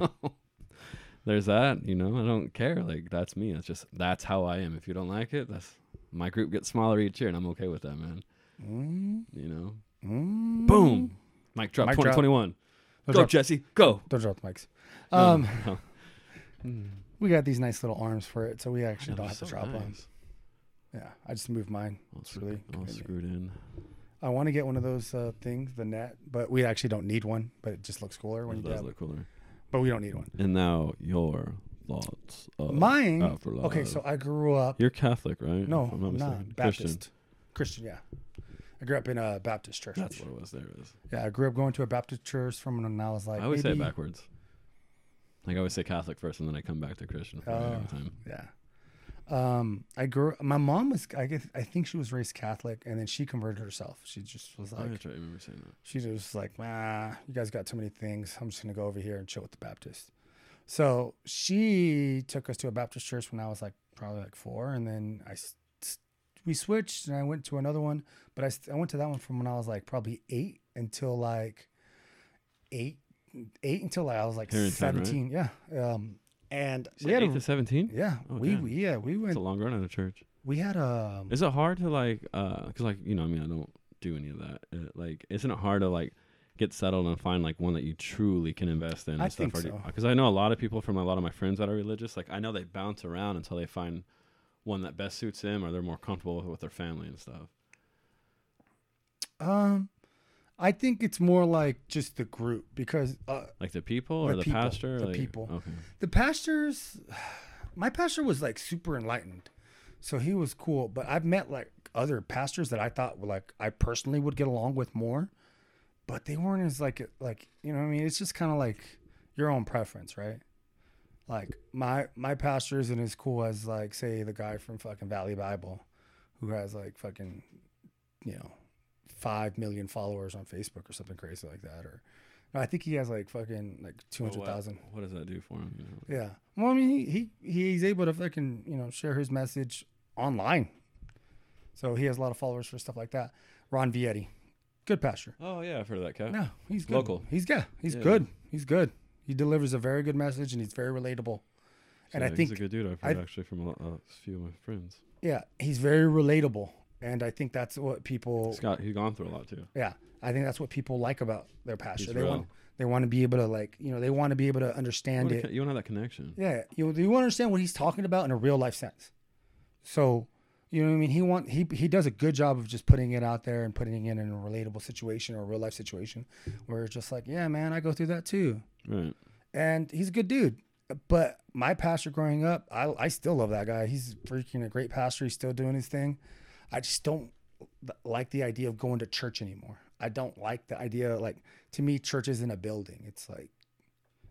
[SPEAKER 2] there's that you know i don't care like that's me that's just that's how i am if you don't like it that's my group gets smaller each year and i'm okay with that man
[SPEAKER 1] Mm-hmm.
[SPEAKER 2] you know boom mic drop
[SPEAKER 1] Mic drop.
[SPEAKER 2] 2021
[SPEAKER 1] Don't
[SPEAKER 2] go
[SPEAKER 1] drop,
[SPEAKER 2] jesse go Oh,
[SPEAKER 1] don't drop the mics. Um, [LAUGHS]
[SPEAKER 2] no.
[SPEAKER 1] We got these nice little arms for it, so we actually don't
[SPEAKER 2] Yeah, they're
[SPEAKER 1] have
[SPEAKER 2] so
[SPEAKER 1] to drop them.
[SPEAKER 2] nice.
[SPEAKER 1] Yeah, I just moved mine.
[SPEAKER 2] all,
[SPEAKER 1] It's
[SPEAKER 2] screwed,
[SPEAKER 1] really
[SPEAKER 2] all
[SPEAKER 1] convenient.
[SPEAKER 2] screwed in
[SPEAKER 1] I want to get one of those uh, things, the net, but we actually don't need one. But it just looks cooler when
[SPEAKER 2] it
[SPEAKER 1] you
[SPEAKER 2] does
[SPEAKER 1] grab it.
[SPEAKER 2] look cooler
[SPEAKER 1] But we don't need one.
[SPEAKER 2] and now your thoughts of
[SPEAKER 1] Mine.
[SPEAKER 2] afterlife.
[SPEAKER 1] Okay, so I grew up.
[SPEAKER 2] you're catholic right
[SPEAKER 1] No,
[SPEAKER 2] If
[SPEAKER 1] I'm not,
[SPEAKER 2] mistaken.
[SPEAKER 1] Baptist.
[SPEAKER 2] christian
[SPEAKER 1] Christian. yeah. I grew up in a Baptist church.
[SPEAKER 2] that's what it was there it is
[SPEAKER 1] yeah, I grew up going to a Baptist church from when I was like.
[SPEAKER 2] i always say it
[SPEAKER 1] maybe-
[SPEAKER 2] backwards like i always say catholic first and then i come back to christian for
[SPEAKER 1] Oh.
[SPEAKER 2] every time
[SPEAKER 1] Yeah. Um, I grew. My mom was. I guess. I think she was raised Catholic, and then she converted herself. She just was
[SPEAKER 2] Oh,
[SPEAKER 1] like.
[SPEAKER 2] that's right, I remember saying that
[SPEAKER 1] She just was like, ah, you guys got too many things. I'm just gonna go over here and chill with the Baptist. So she took us to a Baptist church when I was like probably like four, and then I s- s- we switched, and I went to another one. But I st- I went to that one from when I was like probably eight until like eight eight until like, I was like
[SPEAKER 2] Here in town, right?
[SPEAKER 1] seventeen. Yeah. Um, and
[SPEAKER 2] So eight to seventeen.
[SPEAKER 1] yeah,
[SPEAKER 2] Oh,
[SPEAKER 1] we,
[SPEAKER 2] damn.
[SPEAKER 1] we yeah we
[SPEAKER 2] It's
[SPEAKER 1] went.
[SPEAKER 2] a long run out of church.
[SPEAKER 1] We had um, a
[SPEAKER 2] Is it hard to like, uh, cause like you know, I mean, I don't do any of that. Uh, like, isn't it hard to like get settled and find like one that you truly can invest in? And
[SPEAKER 1] I
[SPEAKER 2] stuff?
[SPEAKER 1] think so.
[SPEAKER 2] Because I know a lot of people from a lot of my friends that are religious. Like, I know they bounce around until they find one that best suits them or they're more comfortable with, with their family and stuff.
[SPEAKER 1] um, I think it's more like just the group because uh,
[SPEAKER 2] Like the people or
[SPEAKER 1] The
[SPEAKER 2] the,
[SPEAKER 1] people,
[SPEAKER 2] pastor?
[SPEAKER 1] the
[SPEAKER 2] Like-
[SPEAKER 1] people.
[SPEAKER 2] Okay.
[SPEAKER 1] the pastors, [SIGHS] my pastor was like super enlightened, so he was cool. But I've met like other pastors that I thought were like I personally would get along with more, but they weren't as like like you know what I mean. It's just kind of like your own preference, right? Like my my pastor isn't as cool as like say the guy from fucking Valley Bible, who has like fucking, you know, five million followers on Facebook or something crazy like that, or. I think he has like fucking like two
[SPEAKER 2] But
[SPEAKER 1] hundred
[SPEAKER 2] what-
[SPEAKER 1] thousand.
[SPEAKER 2] What, does that do for him? You know?
[SPEAKER 1] Yeah. Well, I mean, he, he he's able to fucking you know share his message online, so he has a lot of followers for stuff like that. Ron Vietti, good pastor.
[SPEAKER 2] Oh yeah, I've heard of that cat.
[SPEAKER 1] No, he's good.
[SPEAKER 2] Local.
[SPEAKER 1] He's yeah, he's
[SPEAKER 2] Yeah.
[SPEAKER 1] good. He's good. He delivers a very good message, and he's very relatable. and I
[SPEAKER 2] he's
[SPEAKER 1] think
[SPEAKER 2] a good dude. I've
[SPEAKER 1] I-
[SPEAKER 2] heard actually from a, a few of my friends.
[SPEAKER 1] yeah, he's very relatable, and I think that's what people
[SPEAKER 2] He's got he's gone through a lot too.
[SPEAKER 1] Yeah, I think that's what people like about their pastor.
[SPEAKER 2] He's
[SPEAKER 1] They want
[SPEAKER 2] real.
[SPEAKER 1] they want to be able to like you know they want to be able to understand
[SPEAKER 2] What a
[SPEAKER 1] it.
[SPEAKER 2] co- you want to have that connection.
[SPEAKER 1] Yeah, you you want to understand what he's talking about in a real life sense. So, you know what I mean. He want he he does a good job of just putting it out there and putting it in a relatable situation or a real life situation where it's just like, yeah, man, I go through that too.
[SPEAKER 2] Right.
[SPEAKER 1] And he's a good dude. But my pastor growing up, I I still love that guy. He's freaking a great pastor. He's still doing his thing. I just don't like the idea of going to church anymore. I don't like the idea. Like to me, church isn't a building. It's like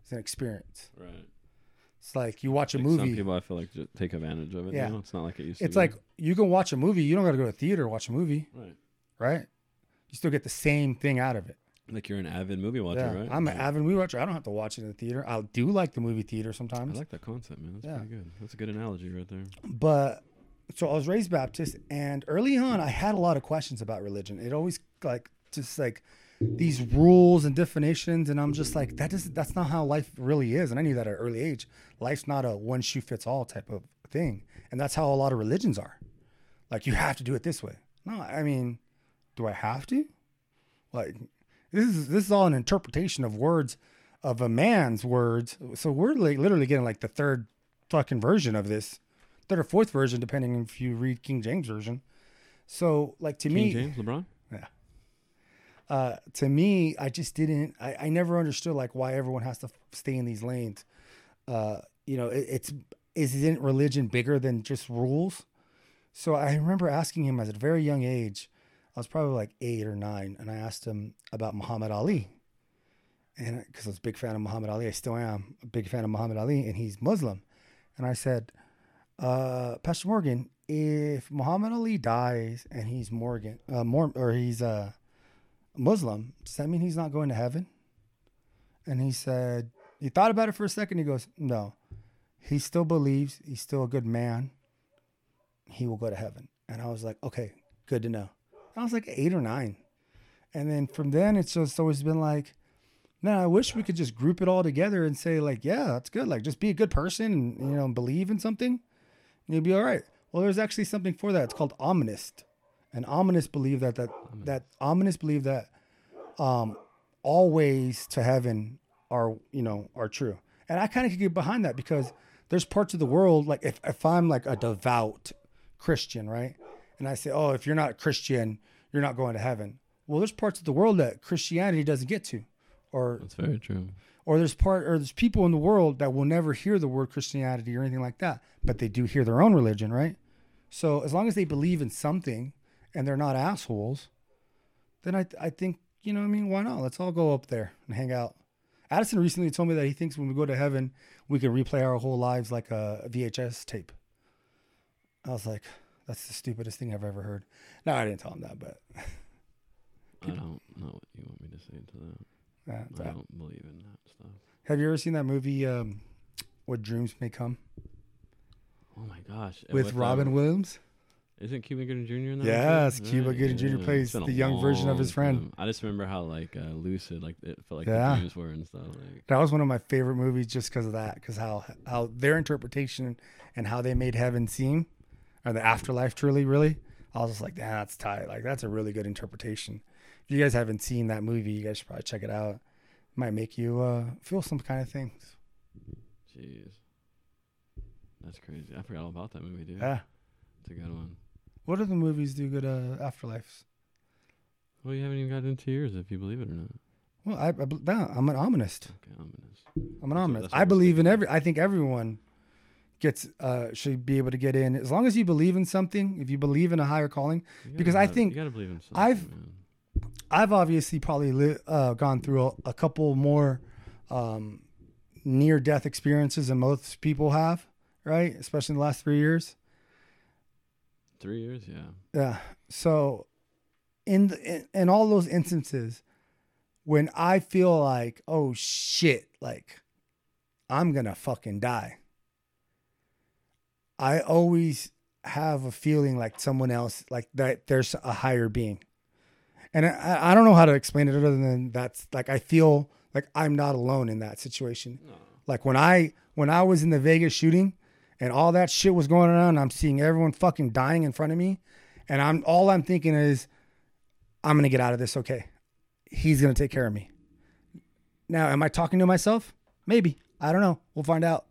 [SPEAKER 1] it's an experience.
[SPEAKER 2] Right.
[SPEAKER 1] It's like you watch a
[SPEAKER 2] Like,
[SPEAKER 1] movie.
[SPEAKER 2] Some people I feel like just take advantage of it.
[SPEAKER 1] Yeah.
[SPEAKER 2] Yeah. It's not like it used to.
[SPEAKER 1] It's
[SPEAKER 2] be.
[SPEAKER 1] like you can watch a movie. You don't got to go to theater to watch a movie,
[SPEAKER 2] right.
[SPEAKER 1] right? You still get the same thing out of it.
[SPEAKER 2] Like you're an avid movie watcher,
[SPEAKER 1] yeah,
[SPEAKER 2] right?
[SPEAKER 1] I'm an
[SPEAKER 2] Like,
[SPEAKER 1] avid movie watcher. I don't have to watch it in the theater. I do like the movie theater
[SPEAKER 2] I
[SPEAKER 1] sometimes,
[SPEAKER 2] like that concept, man. That's
[SPEAKER 1] Yeah.
[SPEAKER 2] pretty good. That's a good analogy right there.
[SPEAKER 1] but so I was raised Baptist, and early on, I had a lot of questions about religion. It always like just like these rules and definitions, and I'm just like that is that's not how life really is. And I knew that at an early age. Life's not a one shoe fits all type of thing, and that's how a lot of religions are. Like you have to do it this way. No, I mean, do I have to? Like this is this is all an interpretation of words of a man's words. So we're like literally getting like the third fucking version of this, third or fourth version, depending if you read King James version. So like to
[SPEAKER 2] King
[SPEAKER 1] me,
[SPEAKER 2] James, LeBron.
[SPEAKER 1] uh, to me, I just didn't. I, I never understood like why everyone has to f- stay in these lanes. Uh, you know, it, it's isn't religion bigger than just rules? So I remember asking him at a very young age. I was probably like eight or nine, and I asked him about Muhammad Ali, and because I was a big fan of Muhammad Ali, I still am a big fan of Muhammad Ali, and he's Muslim. And I said, uh, Pastor Morgan, if Muhammad Ali dies and he's Morgan, uh, Mor- or he's uh, Muslim, does that mean he's not going to heaven? And he said, he thought about it for a second. He goes, no, he still believes, he's still a good man. He will go to heaven. And I was like, okay, good to know. I was like eight or nine. And then from then, it's just always been like, man, I wish we could just group it all together and say, like, yeah, that's good. Like, just be a good person and, you know, believe in something and you'll be all right. Well, there's actually something for that. It's called ominist. And ominous believe that that that ominous believe that um, all ways to heaven are you know are true. And I kind of could get behind that because there's parts of the world like if if I'm like a devout Christian, right? And I say, oh, if you're not a Christian, you're not going to heaven. Well, there's parts of the world that Christianity doesn't get to, or
[SPEAKER 2] That's very true.
[SPEAKER 1] or there's part or there's people in the world that will never hear the word Christianity or anything like that, but they do hear their own religion, right? So as long as they believe in something and they're not assholes, then I I think you know what I mean why not? Let's all go up there and hang out. Addison recently told me that he thinks when we go to heaven, we can replay our whole lives like a VHS tape. I was like, that's the stupidest thing I've ever heard. No, I didn't tell him that, but
[SPEAKER 2] I don't know what you want me to say to that.
[SPEAKER 1] uh,
[SPEAKER 2] I don't believe in that stuff.
[SPEAKER 1] have you ever seen that movie, um, What Dreams May Come,
[SPEAKER 2] Oh my gosh. And
[SPEAKER 1] with
[SPEAKER 2] um,
[SPEAKER 1] Robin Williams?
[SPEAKER 2] Isn't Cuba Gooding Jr. in that? one, too?
[SPEAKER 1] Yes, Cuba
[SPEAKER 2] Right,
[SPEAKER 1] Gooding Jr.
[SPEAKER 2] It's
[SPEAKER 1] plays
[SPEAKER 2] been a
[SPEAKER 1] the young version of his
[SPEAKER 2] long
[SPEAKER 1] friend.
[SPEAKER 2] time. I just remember how like uh, lucid, like it felt like
[SPEAKER 1] Yeah.
[SPEAKER 2] the dreams were and stuff. Like
[SPEAKER 1] That was one of my favorite movies just because of that, because how how their interpretation and how they made heaven seem, or the afterlife truly, really. I was just like, "Damn, that's tight. Like that's a really good interpretation. If you guys haven't seen that movie, you guys should probably check it out. might make you uh, feel some kind of things.
[SPEAKER 2] Jeez. That's crazy. I forgot all about that movie, dude.
[SPEAKER 1] Yeah.
[SPEAKER 2] It's a good one.
[SPEAKER 1] What other movies do good uh, afterlives?
[SPEAKER 2] Well, you haven't even gotten into yours, if you believe it or not.
[SPEAKER 1] Well, I, I bel- no, I'm an ominist.
[SPEAKER 2] Okay, ominous.
[SPEAKER 1] I'm an ominist.
[SPEAKER 2] that's what
[SPEAKER 1] I
[SPEAKER 2] we're
[SPEAKER 1] believe in every. I think everyone gets uh should be able to get in as long as you believe in something. If you believe in a higher calling,
[SPEAKER 2] You gotta
[SPEAKER 1] because I
[SPEAKER 2] have-
[SPEAKER 1] think
[SPEAKER 2] you gotta believe in something.
[SPEAKER 1] I've-
[SPEAKER 2] man.
[SPEAKER 1] I've obviously probably li- uh, gone through a, a couple more um, near death experiences than most people have, right? Especially in the last three years.
[SPEAKER 2] three years. Yeah,
[SPEAKER 1] Yeah. So, in, the, in in all those instances, when I feel like, oh shit, like I'm gonna fucking die, I always have a feeling like someone else, like that there's a higher being, and I- I, I don't know how to explain it other than that's like I feel like I'm not alone in that situation. Like when I when I was in the Vegas shooting, and all that shit was going on, I'm seeing everyone fucking dying in front of me, and I'm all I'm thinking is, I'm gonna get out of this okay. He's gonna take care of me. Now, am I talking to myself? Maybe I don't know. We'll find out.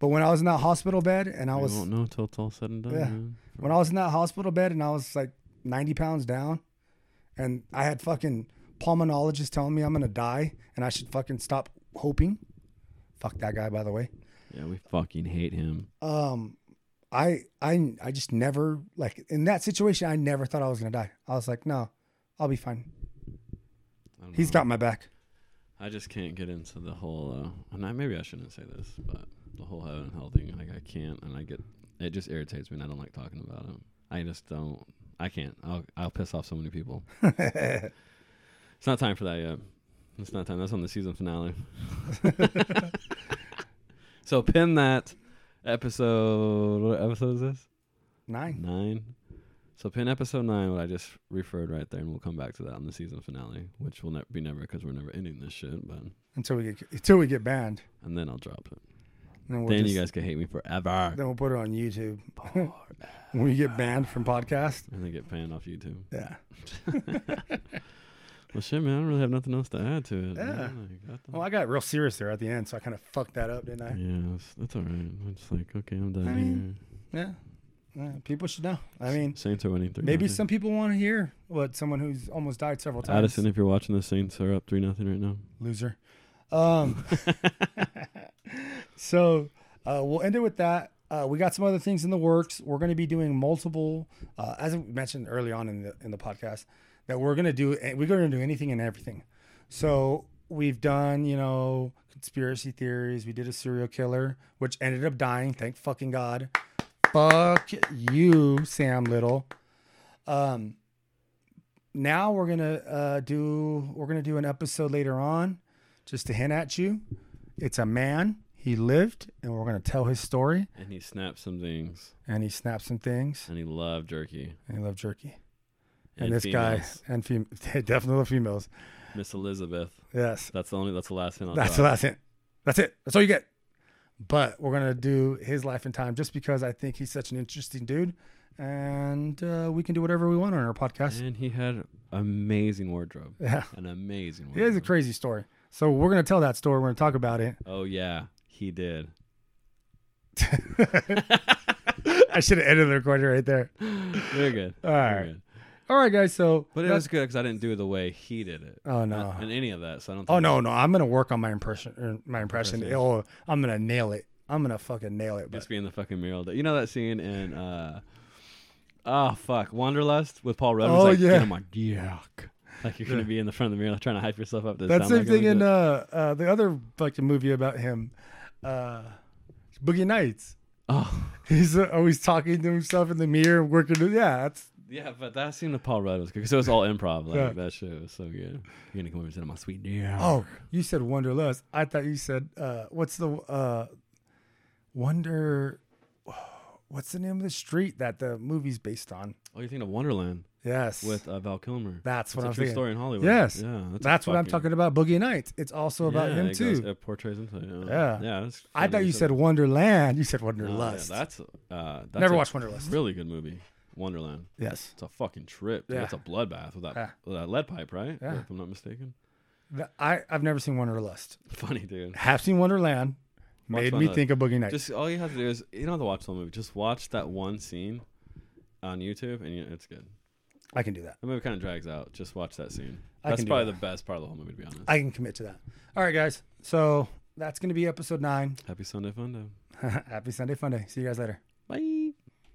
[SPEAKER 1] But when I was in that hospital bed and I
[SPEAKER 2] we
[SPEAKER 1] was
[SPEAKER 2] won't know till it's all said and done.
[SPEAKER 1] Yeah.
[SPEAKER 2] man.
[SPEAKER 1] when I was in that hospital bed and I was like 90 pounds down and I had fucking pulmonologists telling me I'm gonna die and I should fucking stop hoping. Fuck that guy, by the way.
[SPEAKER 2] Yeah, we fucking hate him.
[SPEAKER 1] Um, I, I, I just never like in that situation. I never thought I was gonna die. I was like, no, I'll be fine.
[SPEAKER 2] I don't
[SPEAKER 1] He's
[SPEAKER 2] know.
[SPEAKER 1] got my back.
[SPEAKER 2] I just can't get into the whole. Uh, and I, maybe I shouldn't say this, but the whole heaven and hell thing. Like I can't, and I get it just irritates me, and I don't like talking about it. I just don't. I can't. I'll I'll piss off so many people. it's not time for that yet. It's not time. That's on the season finale. [LAUGHS] so pin that episode. What episode is this?
[SPEAKER 1] Nine.
[SPEAKER 2] Nine. So pin episode nine. What I just referred right there, and we'll come back to that on the season finale, which will ne- be never because we're never ending this shit. But
[SPEAKER 1] Until we get until we get banned.
[SPEAKER 2] and then I'll drop it.
[SPEAKER 1] And then we'll
[SPEAKER 2] then
[SPEAKER 1] just,
[SPEAKER 2] you guys can hate me forever.
[SPEAKER 1] then we'll put it on YouTube. [LAUGHS] when we get banned from podcast.
[SPEAKER 2] And they get panned off YouTube.
[SPEAKER 1] Yeah.
[SPEAKER 2] Well, shit, man, I don't really have nothing else to add to it.
[SPEAKER 1] Yeah.
[SPEAKER 2] man. I got that.
[SPEAKER 1] Well, I got real serious there at the end, so I kind of fucked that up, didn't I?
[SPEAKER 2] yeah, it's, that's all right. I'm just like, okay, I'm done
[SPEAKER 1] I mean,
[SPEAKER 2] here.
[SPEAKER 1] Yeah. Yeah, people should know. I mean,
[SPEAKER 2] Saints are winning three.
[SPEAKER 1] maybe some people want to hear what someone who's almost died several times.
[SPEAKER 2] Addison, if you're watching this, Saints are up three nothing right now.
[SPEAKER 1] loser. Um, [LAUGHS] so uh, we'll end it with that. Uh, we got some other things in the works. We're going to be doing multiple, uh, as we mentioned early on in the in the podcast, that we're going to do. eh, We're going to do anything and everything. So we've done, you know, conspiracy theories. We did a serial killer, which ended up dying. Thank fucking god. Fuck you, Sam Little. Um, now we're gonna uh, do we're gonna do an episode later on just to hint at you it's a man he lived and we're gonna tell his story
[SPEAKER 2] And he snapped some things,
[SPEAKER 1] and he snapped some things
[SPEAKER 2] and he loved jerky.
[SPEAKER 1] and he loved jerky and,
[SPEAKER 2] And,
[SPEAKER 1] this
[SPEAKER 2] females.
[SPEAKER 1] guy and fem- [LAUGHS] definitely the females
[SPEAKER 2] Miss Elizabeth.
[SPEAKER 1] yes
[SPEAKER 2] That's the only. That's the last thing I'll
[SPEAKER 1] that's the
[SPEAKER 2] drop.
[SPEAKER 1] last hint that's it that's all you get but we're gonna do his life and time just because i think he's such an interesting dude and uh, we can do whatever we want on our podcast
[SPEAKER 2] and he had amazing wardrobe.
[SPEAKER 1] yeah
[SPEAKER 2] An amazing
[SPEAKER 1] it is
[SPEAKER 2] wardrobe.
[SPEAKER 1] a crazy story so we're gonna tell that story we're gonna talk about it [LAUGHS]
[SPEAKER 2] oh yeah, he did.
[SPEAKER 1] I should have ended the recording right there.
[SPEAKER 2] We're good. All
[SPEAKER 1] right. All right, guys. So,
[SPEAKER 2] But it
[SPEAKER 1] that-
[SPEAKER 2] was good because I didn't do it the way he did it.
[SPEAKER 1] oh no,
[SPEAKER 2] Not in any of that. So I don't. Think
[SPEAKER 1] oh no, no. I'm gonna work on my impression. er, My impression. Oh, I'm gonna nail it. I'm gonna fucking nail it. But
[SPEAKER 2] Just be in the fucking mirror all day. You know that scene in uh, oh fuck, Wanderlust with Paul Rudd. He's
[SPEAKER 1] Oh,
[SPEAKER 2] like,
[SPEAKER 1] yeah.
[SPEAKER 2] Get my yuck. Like you're gonna be in the front of the mirror trying to hype yourself up. To
[SPEAKER 1] that
[SPEAKER 2] sound
[SPEAKER 1] same
[SPEAKER 2] like him
[SPEAKER 1] thing
[SPEAKER 2] and
[SPEAKER 1] in
[SPEAKER 2] shit.
[SPEAKER 1] uh, uh the other fucking movie about him, uh, Boogie Nights.
[SPEAKER 2] [LAUGHS]
[SPEAKER 1] [LAUGHS]
[SPEAKER 2] oh
[SPEAKER 1] He's uh, always talking to himself in the mirror, working. To, yeah, that's
[SPEAKER 2] yeah, but that scene with Paul Rudd was good because it was all improv. Like
[SPEAKER 1] Yeah.
[SPEAKER 2] that shit was so good. You're gonna come over and sit on my sweet yeah.
[SPEAKER 1] Oh, you said Wonderlust. I thought you said uh, what's the uh, Wonder? [SIGHS] What's the name of the street that the movie's based on?
[SPEAKER 2] oh, you think of Wonderland
[SPEAKER 1] Yes,
[SPEAKER 2] with uh, Val Kilmer?
[SPEAKER 1] that's what
[SPEAKER 2] it's a
[SPEAKER 1] I'm
[SPEAKER 2] true
[SPEAKER 1] thinking.
[SPEAKER 2] story in Hollywood.
[SPEAKER 1] Yes.
[SPEAKER 2] yeah, that's, a
[SPEAKER 1] That's what I'm
[SPEAKER 2] fucking-
[SPEAKER 1] talking about. Boogie Nights. It's also about
[SPEAKER 2] Yeah,
[SPEAKER 1] him
[SPEAKER 2] it
[SPEAKER 1] too.
[SPEAKER 2] goes- it portrays him. too,
[SPEAKER 1] Yeah.
[SPEAKER 2] Yeah, yeah. that's
[SPEAKER 1] I thought
[SPEAKER 2] funny.
[SPEAKER 1] you
[SPEAKER 2] It's a-
[SPEAKER 1] said Wonderland. You said
[SPEAKER 2] Oh, yeah,
[SPEAKER 1] Wonderlust.
[SPEAKER 2] that's uh, that's
[SPEAKER 1] Never
[SPEAKER 2] a
[SPEAKER 1] watched Wonderlust.
[SPEAKER 2] Really good movie, Wonderland.
[SPEAKER 1] yes.
[SPEAKER 2] It's a fucking trip. Dude.
[SPEAKER 1] Yeah.
[SPEAKER 2] It's a bloodbath with that,
[SPEAKER 1] Yeah.
[SPEAKER 2] with that lead pipe, right?
[SPEAKER 1] Yeah.
[SPEAKER 2] If I'm not mistaken. [LAUGHS]
[SPEAKER 1] Th- I I've never seen Wonderlust.
[SPEAKER 2] Funny, dude.
[SPEAKER 1] Have seen Wonderland. Made
[SPEAKER 2] Watch
[SPEAKER 1] me
[SPEAKER 2] Wonderland.
[SPEAKER 1] think of Boogie Nights.
[SPEAKER 2] Just all you have to do is you don't have to watch the whole movie. Just watch that one scene on YouTube, and you, it's good.
[SPEAKER 1] I can do that.
[SPEAKER 2] The movie kind of drags out. Just watch that scene.
[SPEAKER 1] I
[SPEAKER 2] That's
[SPEAKER 1] can do
[SPEAKER 2] probably
[SPEAKER 1] that.
[SPEAKER 2] the best part of the whole movie, to be honest.
[SPEAKER 1] I can commit to that. All right, guys. So that's going to be episode nine. [LAUGHS]
[SPEAKER 2] Happy Sunday Fun Day.
[SPEAKER 1] Happy Sunday Funday. See you guys later.